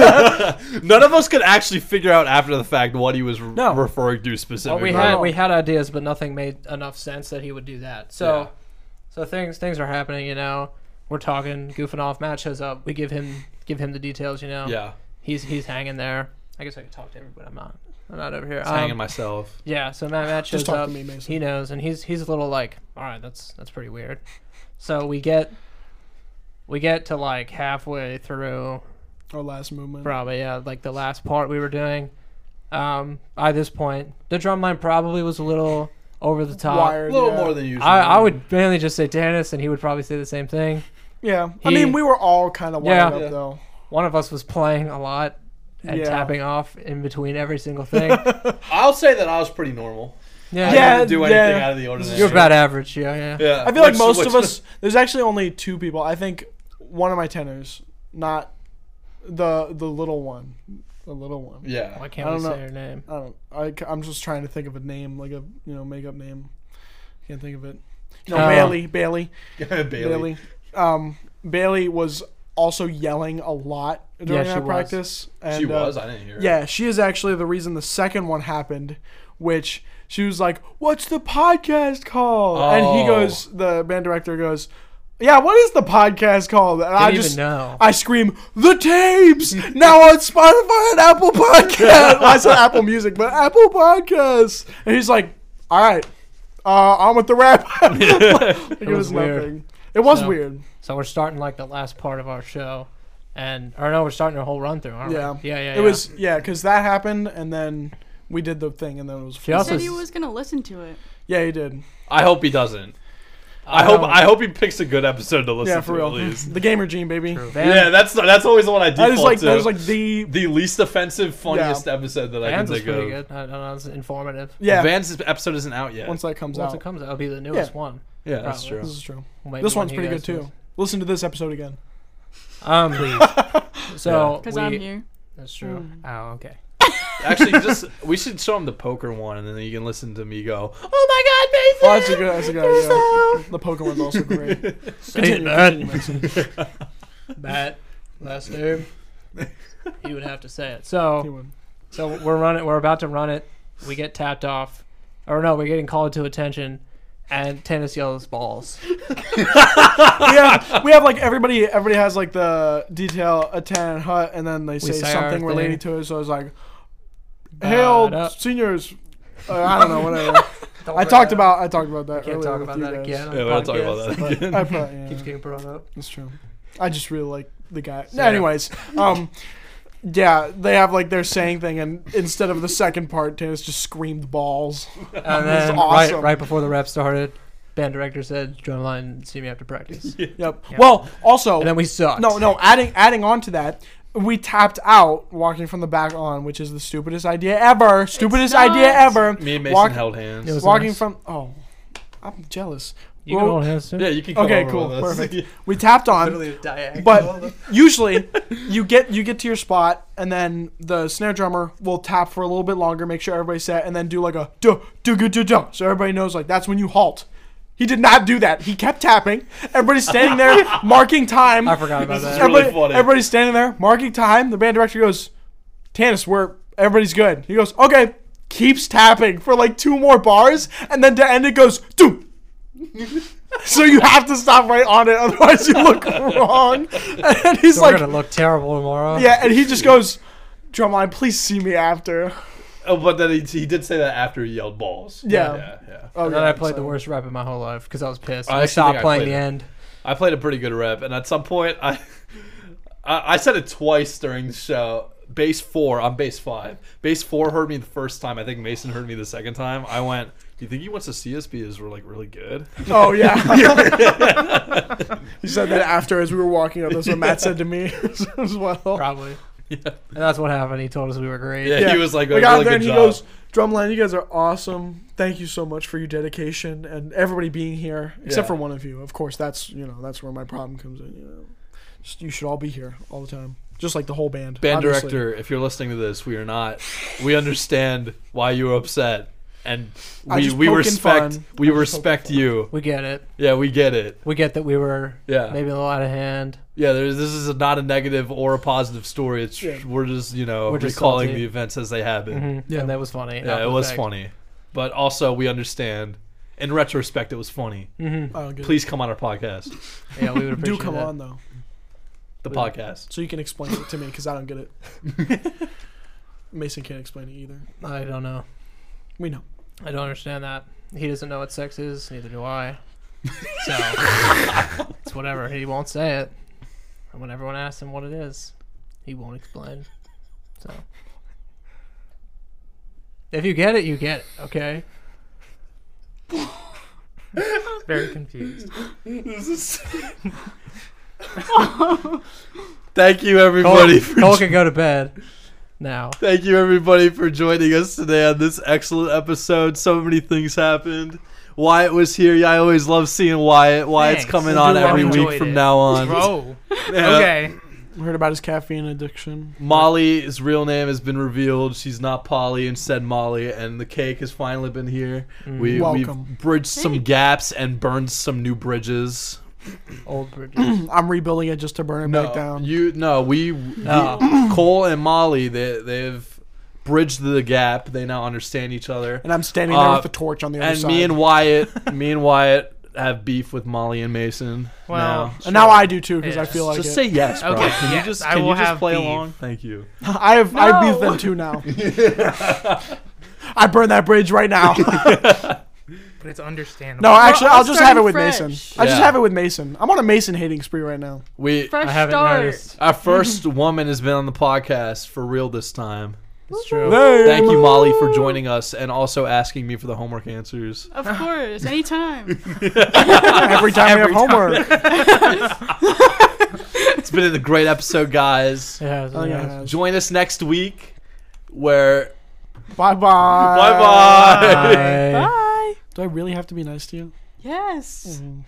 C: none of us could actually figure out after the fact what he was re-
B: No.
C: referring to
A: well,
C: specifically.
A: we had we had ideas, but nothing made enough sense that he would do that. So,
C: Yeah.
A: so things things are happening. You know, we're talking, goofing off. Matt shows up. We give him give him the details. You know,
C: yeah,
A: he's he's hanging there. I guess I could talk to everybody. I'm not. I'm not over here.
C: it's
A: Um,
C: hanging myself.
A: yeah, so Matt Matt shows
B: Just talk
A: up.
B: to me, Mason.
A: He knows, and he's he's a little like, all right, that's that's pretty weird. So we get we get to like halfway through
B: Our last movement.
A: Probably, yeah. Like the last part we were doing. Um, by this point, the drum line probably was a little over the top.
B: Wired,
C: A little
B: yeah.
C: more than usual.
A: I, I would mainly just say Dennis, and he would probably say the same thing.
B: Yeah, I
A: He-
B: mean we were all kind of wired
A: Yeah.
B: up though.
A: One of us was playing a lot and
B: Yeah.
A: tapping off in between every single thing.
C: I'll say that I was pretty normal.
A: yeah,
B: Yeah,
C: didn't do anything out of the ordinary.
A: you're about average. Yeah, yeah.
C: Yeah,
B: I feel like
C: Which-
B: most
C: which-
B: of us. There's actually only two people. I think one of my tenors, not the the little one, the little one.
C: Yeah,
A: Why can't
B: I
A: we
B: don't know.
A: say her name?
B: I don't. I, ca- I'm just trying to think of a name, like a you know makeup name. Can't think of it. No,
A: Oh.
B: Bailey, Bailey,
C: Bailey.
B: Bailey. Um, Bailey was also yelling a lot
A: Yeah,
B: during
A: she
B: that
A: was.
B: practice. And,
C: She
B: uh,
C: was. I didn't hear. it.
B: Yeah, she is actually the reason the second one happened, which she was like, "What's the podcast called?" And he
C: Oh.
B: goes, the band director goes, "Yeah, what is the podcast called?" And I
A: Didn't even
B: just
A: know.
B: I scream, "The tapes!" now on Spotify and Apple Podcast. Well, I said Apple Music, but Apple Podcasts. And he's like, "All right, uh, on with the rap." Like, it,
A: was
B: was,
A: weird.
B: nothing. It was
A: So-
B: weird.
A: So we're starting like the last part of our show, and or no, we're starting our whole run through, aren't
B: Yeah.
A: we? Yeah, yeah, yeah.
B: It was yeah, because that happened, and then we did the thing, and then it was.
A: She also
E: said he was gonna listen to it.
B: yeah, he did.
C: I hope he doesn't. I, hope. I hope he picks a good episode to listen
B: Yeah, for
C: to.
B: real.
C: At least.
B: The gamer gene, baby.
A: Van,
C: Yeah, that's that's always the one I default
B: That is like
C: to.
B: that is like the
C: the least offensive, funniest episode that I can
A: Van's was
C: think
A: pretty
C: of.
A: good. I don't know, it's informative.
B: yeah.
C: Van's episode isn't out yet.
B: once that comes
A: Once
B: out,
A: it comes out, it'll be the newest one.
C: yeah, that's
A: probably.
C: true.
B: this is true.
A: Maybe
B: this
A: when
B: one's
A: you
B: pretty
A: guys
B: good too.
A: listen.
B: Listen to this episode again.
A: Um, please. So
E: because
A: we-
E: I'm here.
A: That's true.
D: Oh, okay.
C: Actually, just we should show him the poker one, and then you can listen to me go.
B: Oh my god, Mason! that's a good, that's a good idea. The poker one's also great. Continue, continue, Mason.
A: Matt, last name. he would have to say it.
B: He
A: So,
B: won.
A: so we're running. We're about to run it. We get tapped off, or no, we're getting called to attention, and tennis yells balls.
B: we, have, we have like everybody everybody has like the detail a ten and hut and then they say,
A: say our
B: something
A: thing.
B: related to it so it's like hail
A: Ba-da.
B: seniors uh, I don't know whatever I talked about I talked about that
A: Can't
B: earlier
A: talk
B: with
A: about
B: you
A: that
B: guys.
A: again. on
C: Yeah, we're not talking
A: podcast,
C: about that
A: but
C: again.
B: I probably, yeah.
A: Keeps getting brought up.
B: It's true. I just really like the guy.
A: So-
B: Anyways, um, yeah, they have like their saying thing, and instead of the second part, Tannis just screamed balls.
A: And then
B: awesome.
A: right, right before the rep started, band director said, "Join the line, see me after practice."
B: Yep. Well, also,
A: And then we sucked.
B: no, no. Adding adding on to that, we tapped out walking from the back on, which is the stupidest idea ever. Stupidest
E: not.
B: idea ever.
C: Me and Mason
B: Walk-
C: held
A: It
C: hands.
A: was-
B: Walking
A: nice.
B: from oh, I'm jealous.
A: you
B: Well,
A: can hold hands too.
C: Yeah, you can. Come
B: Okay,
C: over
B: cool,
C: with us.
B: perfect. we tapped on.
A: Literally a diagonal.
B: But usually, you get you get to your spot, and then the snare drummer will tap for a little bit longer, make sure everybody's set, and then do like a do do do do do, so everybody knows like that's when you halt. He did not do that. He kept tapping. Everybody's standing there marking time.
A: I forgot about that.
C: is really
B: Everybody-
C: funny.
B: Everybody's standing there marking time. The band director goes, "Tannis, we're everybody's good." He goes, "Okay." Keeps tapping for like two more bars, and then to end it goes do. so you have to stop right on it, otherwise you look wrong. And he's
A: We're
B: like,
A: gonna look terrible tomorrow.
B: yeah, and he just goes, drumline, please see me after.
C: Oh, but then he, he did say that after he yelled balls.
B: Yeah.
C: yeah, yeah.
B: Oh,
A: And then
B: yeah,
A: I played
B: so-
A: the worst rap in my whole life because I was pissed.
C: I
A: I
C: actually
A: stopped
C: think I
A: playing
C: played
A: the
C: it.
A: end.
C: I played a pretty good rep, and at some point, I, I, I said it twice during the show. Base four, I'm base five. Base four heard me the first time. I think Mason heard me the second time. I went, "Do you think he wants to see us because we're like really good?"
B: Oh yeah. he said that after as we were walking up. That's what Matt said to me as well.
A: Probably. And that's what happened. He told us we were great.
C: Yeah,
B: Yeah.
C: he was like,
B: We
C: "A
B: got
C: really
B: there
C: good
B: and he
C: job."
B: goes, drumline, you guys are awesome. Thank you so much for your dedication and everybody being here, except
C: Yeah.
B: for one of you. Of course, that's you know that's where my problem comes in. You know, just, you should all be here all the time, just like the whole band.
C: Band
B: obviously.
C: director, if you're listening to this, we are not. We understand why you were upset, and
B: I
C: we
B: just
C: we
B: poking
C: respect
B: fun.
C: we respect you.
A: We get it.
C: Yeah, we get it.
A: We get that we were
C: Yeah,
A: maybe a little out of hand.
C: yeah. There's, this is a, not a negative or a positive story. It's
B: Yeah.
C: we're just you know
A: We're just
C: recalling
A: salty.
C: the events as they happen.
B: Mm-hmm.
A: Yeah. Mm-hmm. And that was funny.
C: Yeah, it was funny, but also we understand. In retrospect, it was funny.
A: Mm-hmm.
B: I don't get it.
C: Please come on our podcast,
A: Yeah, we would
B: do
A: appreciate
B: come
A: that.
B: on though,
C: the podcast.
B: so you can explain it to me because I don't get it. Mason can't explain it either.
A: I don't know.
B: We know.
A: I don't understand that. He doesn't know what sex is. Neither do I. So it's whatever. He won't say it. And when everyone asks him what it is, he won't explain. So if you get it, you get it. Okay.
D: Very confused.
C: Thank you,
A: Cole,
C: everybody. For
A: Cole
C: jo-
A: can go to bed now.
C: Thank you, everybody, for joining us today on this excellent episode. So many things happened. Wyatt was here. Yeah, I always love seeing Wyatt. Wyatt's
D: Thanks.
C: coming
D: I
C: on
D: do
C: every
D: enjoy
C: week from
D: it.
C: now on.
D: Bro.
C: Yeah.
D: Okay.
B: We heard about his caffeine addiction.
C: Molly's real name has been revealed. She's not Polly, instead Molly, and the cake has finally been here.
D: Mm.
C: We,
B: Welcome.
C: we've bridged some gaps and burned some new bridges.
A: Old Bridges.
B: I'm rebuilding it just to burn it
C: No,
B: back down.
C: you no. We
D: Oh.
C: the- Cole and Molly. They they've bridged the gap. They now understand each other.
B: and I'm standing there
C: Uh,
B: with the torch on the other
C: And
B: side.
C: me and Wyatt, me and Wyatt have beef with Molly and Mason.
D: Well,
C: now.
B: And now I do too because I
D: Yeah.
B: feel like
C: just
B: it.
C: say yes, bro.
D: Okay,
C: can
D: yes,
C: you just
D: I
C: can
D: will
C: you just
D: have
C: play
D: beef.
C: along? Thank you.
B: I have I beef
E: No.
B: them too now. I burn that bridge right now.
D: But it's understandable.
B: no, actually, I'll just
E: start
B: have it with
E: fresh.
B: Mason. I just
C: Yeah.
B: have it with Mason. I'm on a Mason hating spree right now.
C: We
A: I
E: Fresh
A: haven't
E: start.
A: noticed.
C: our first woman has been on the podcast for real this time.
A: It's true.
C: Thank you, Molly, for joining us and also asking me for the homework answers.
E: Of course, anytime.
B: Every time we have homework.
C: It's been a great episode, guys.
A: Yeah, it's
B: Oh,
A: really nice.
B: yeah.
C: Join us next week where
B: Bye bye. Bye
C: bye bye.
A: Bye.
B: Do I really have to be nice to you?
E: yes.
B: Mm.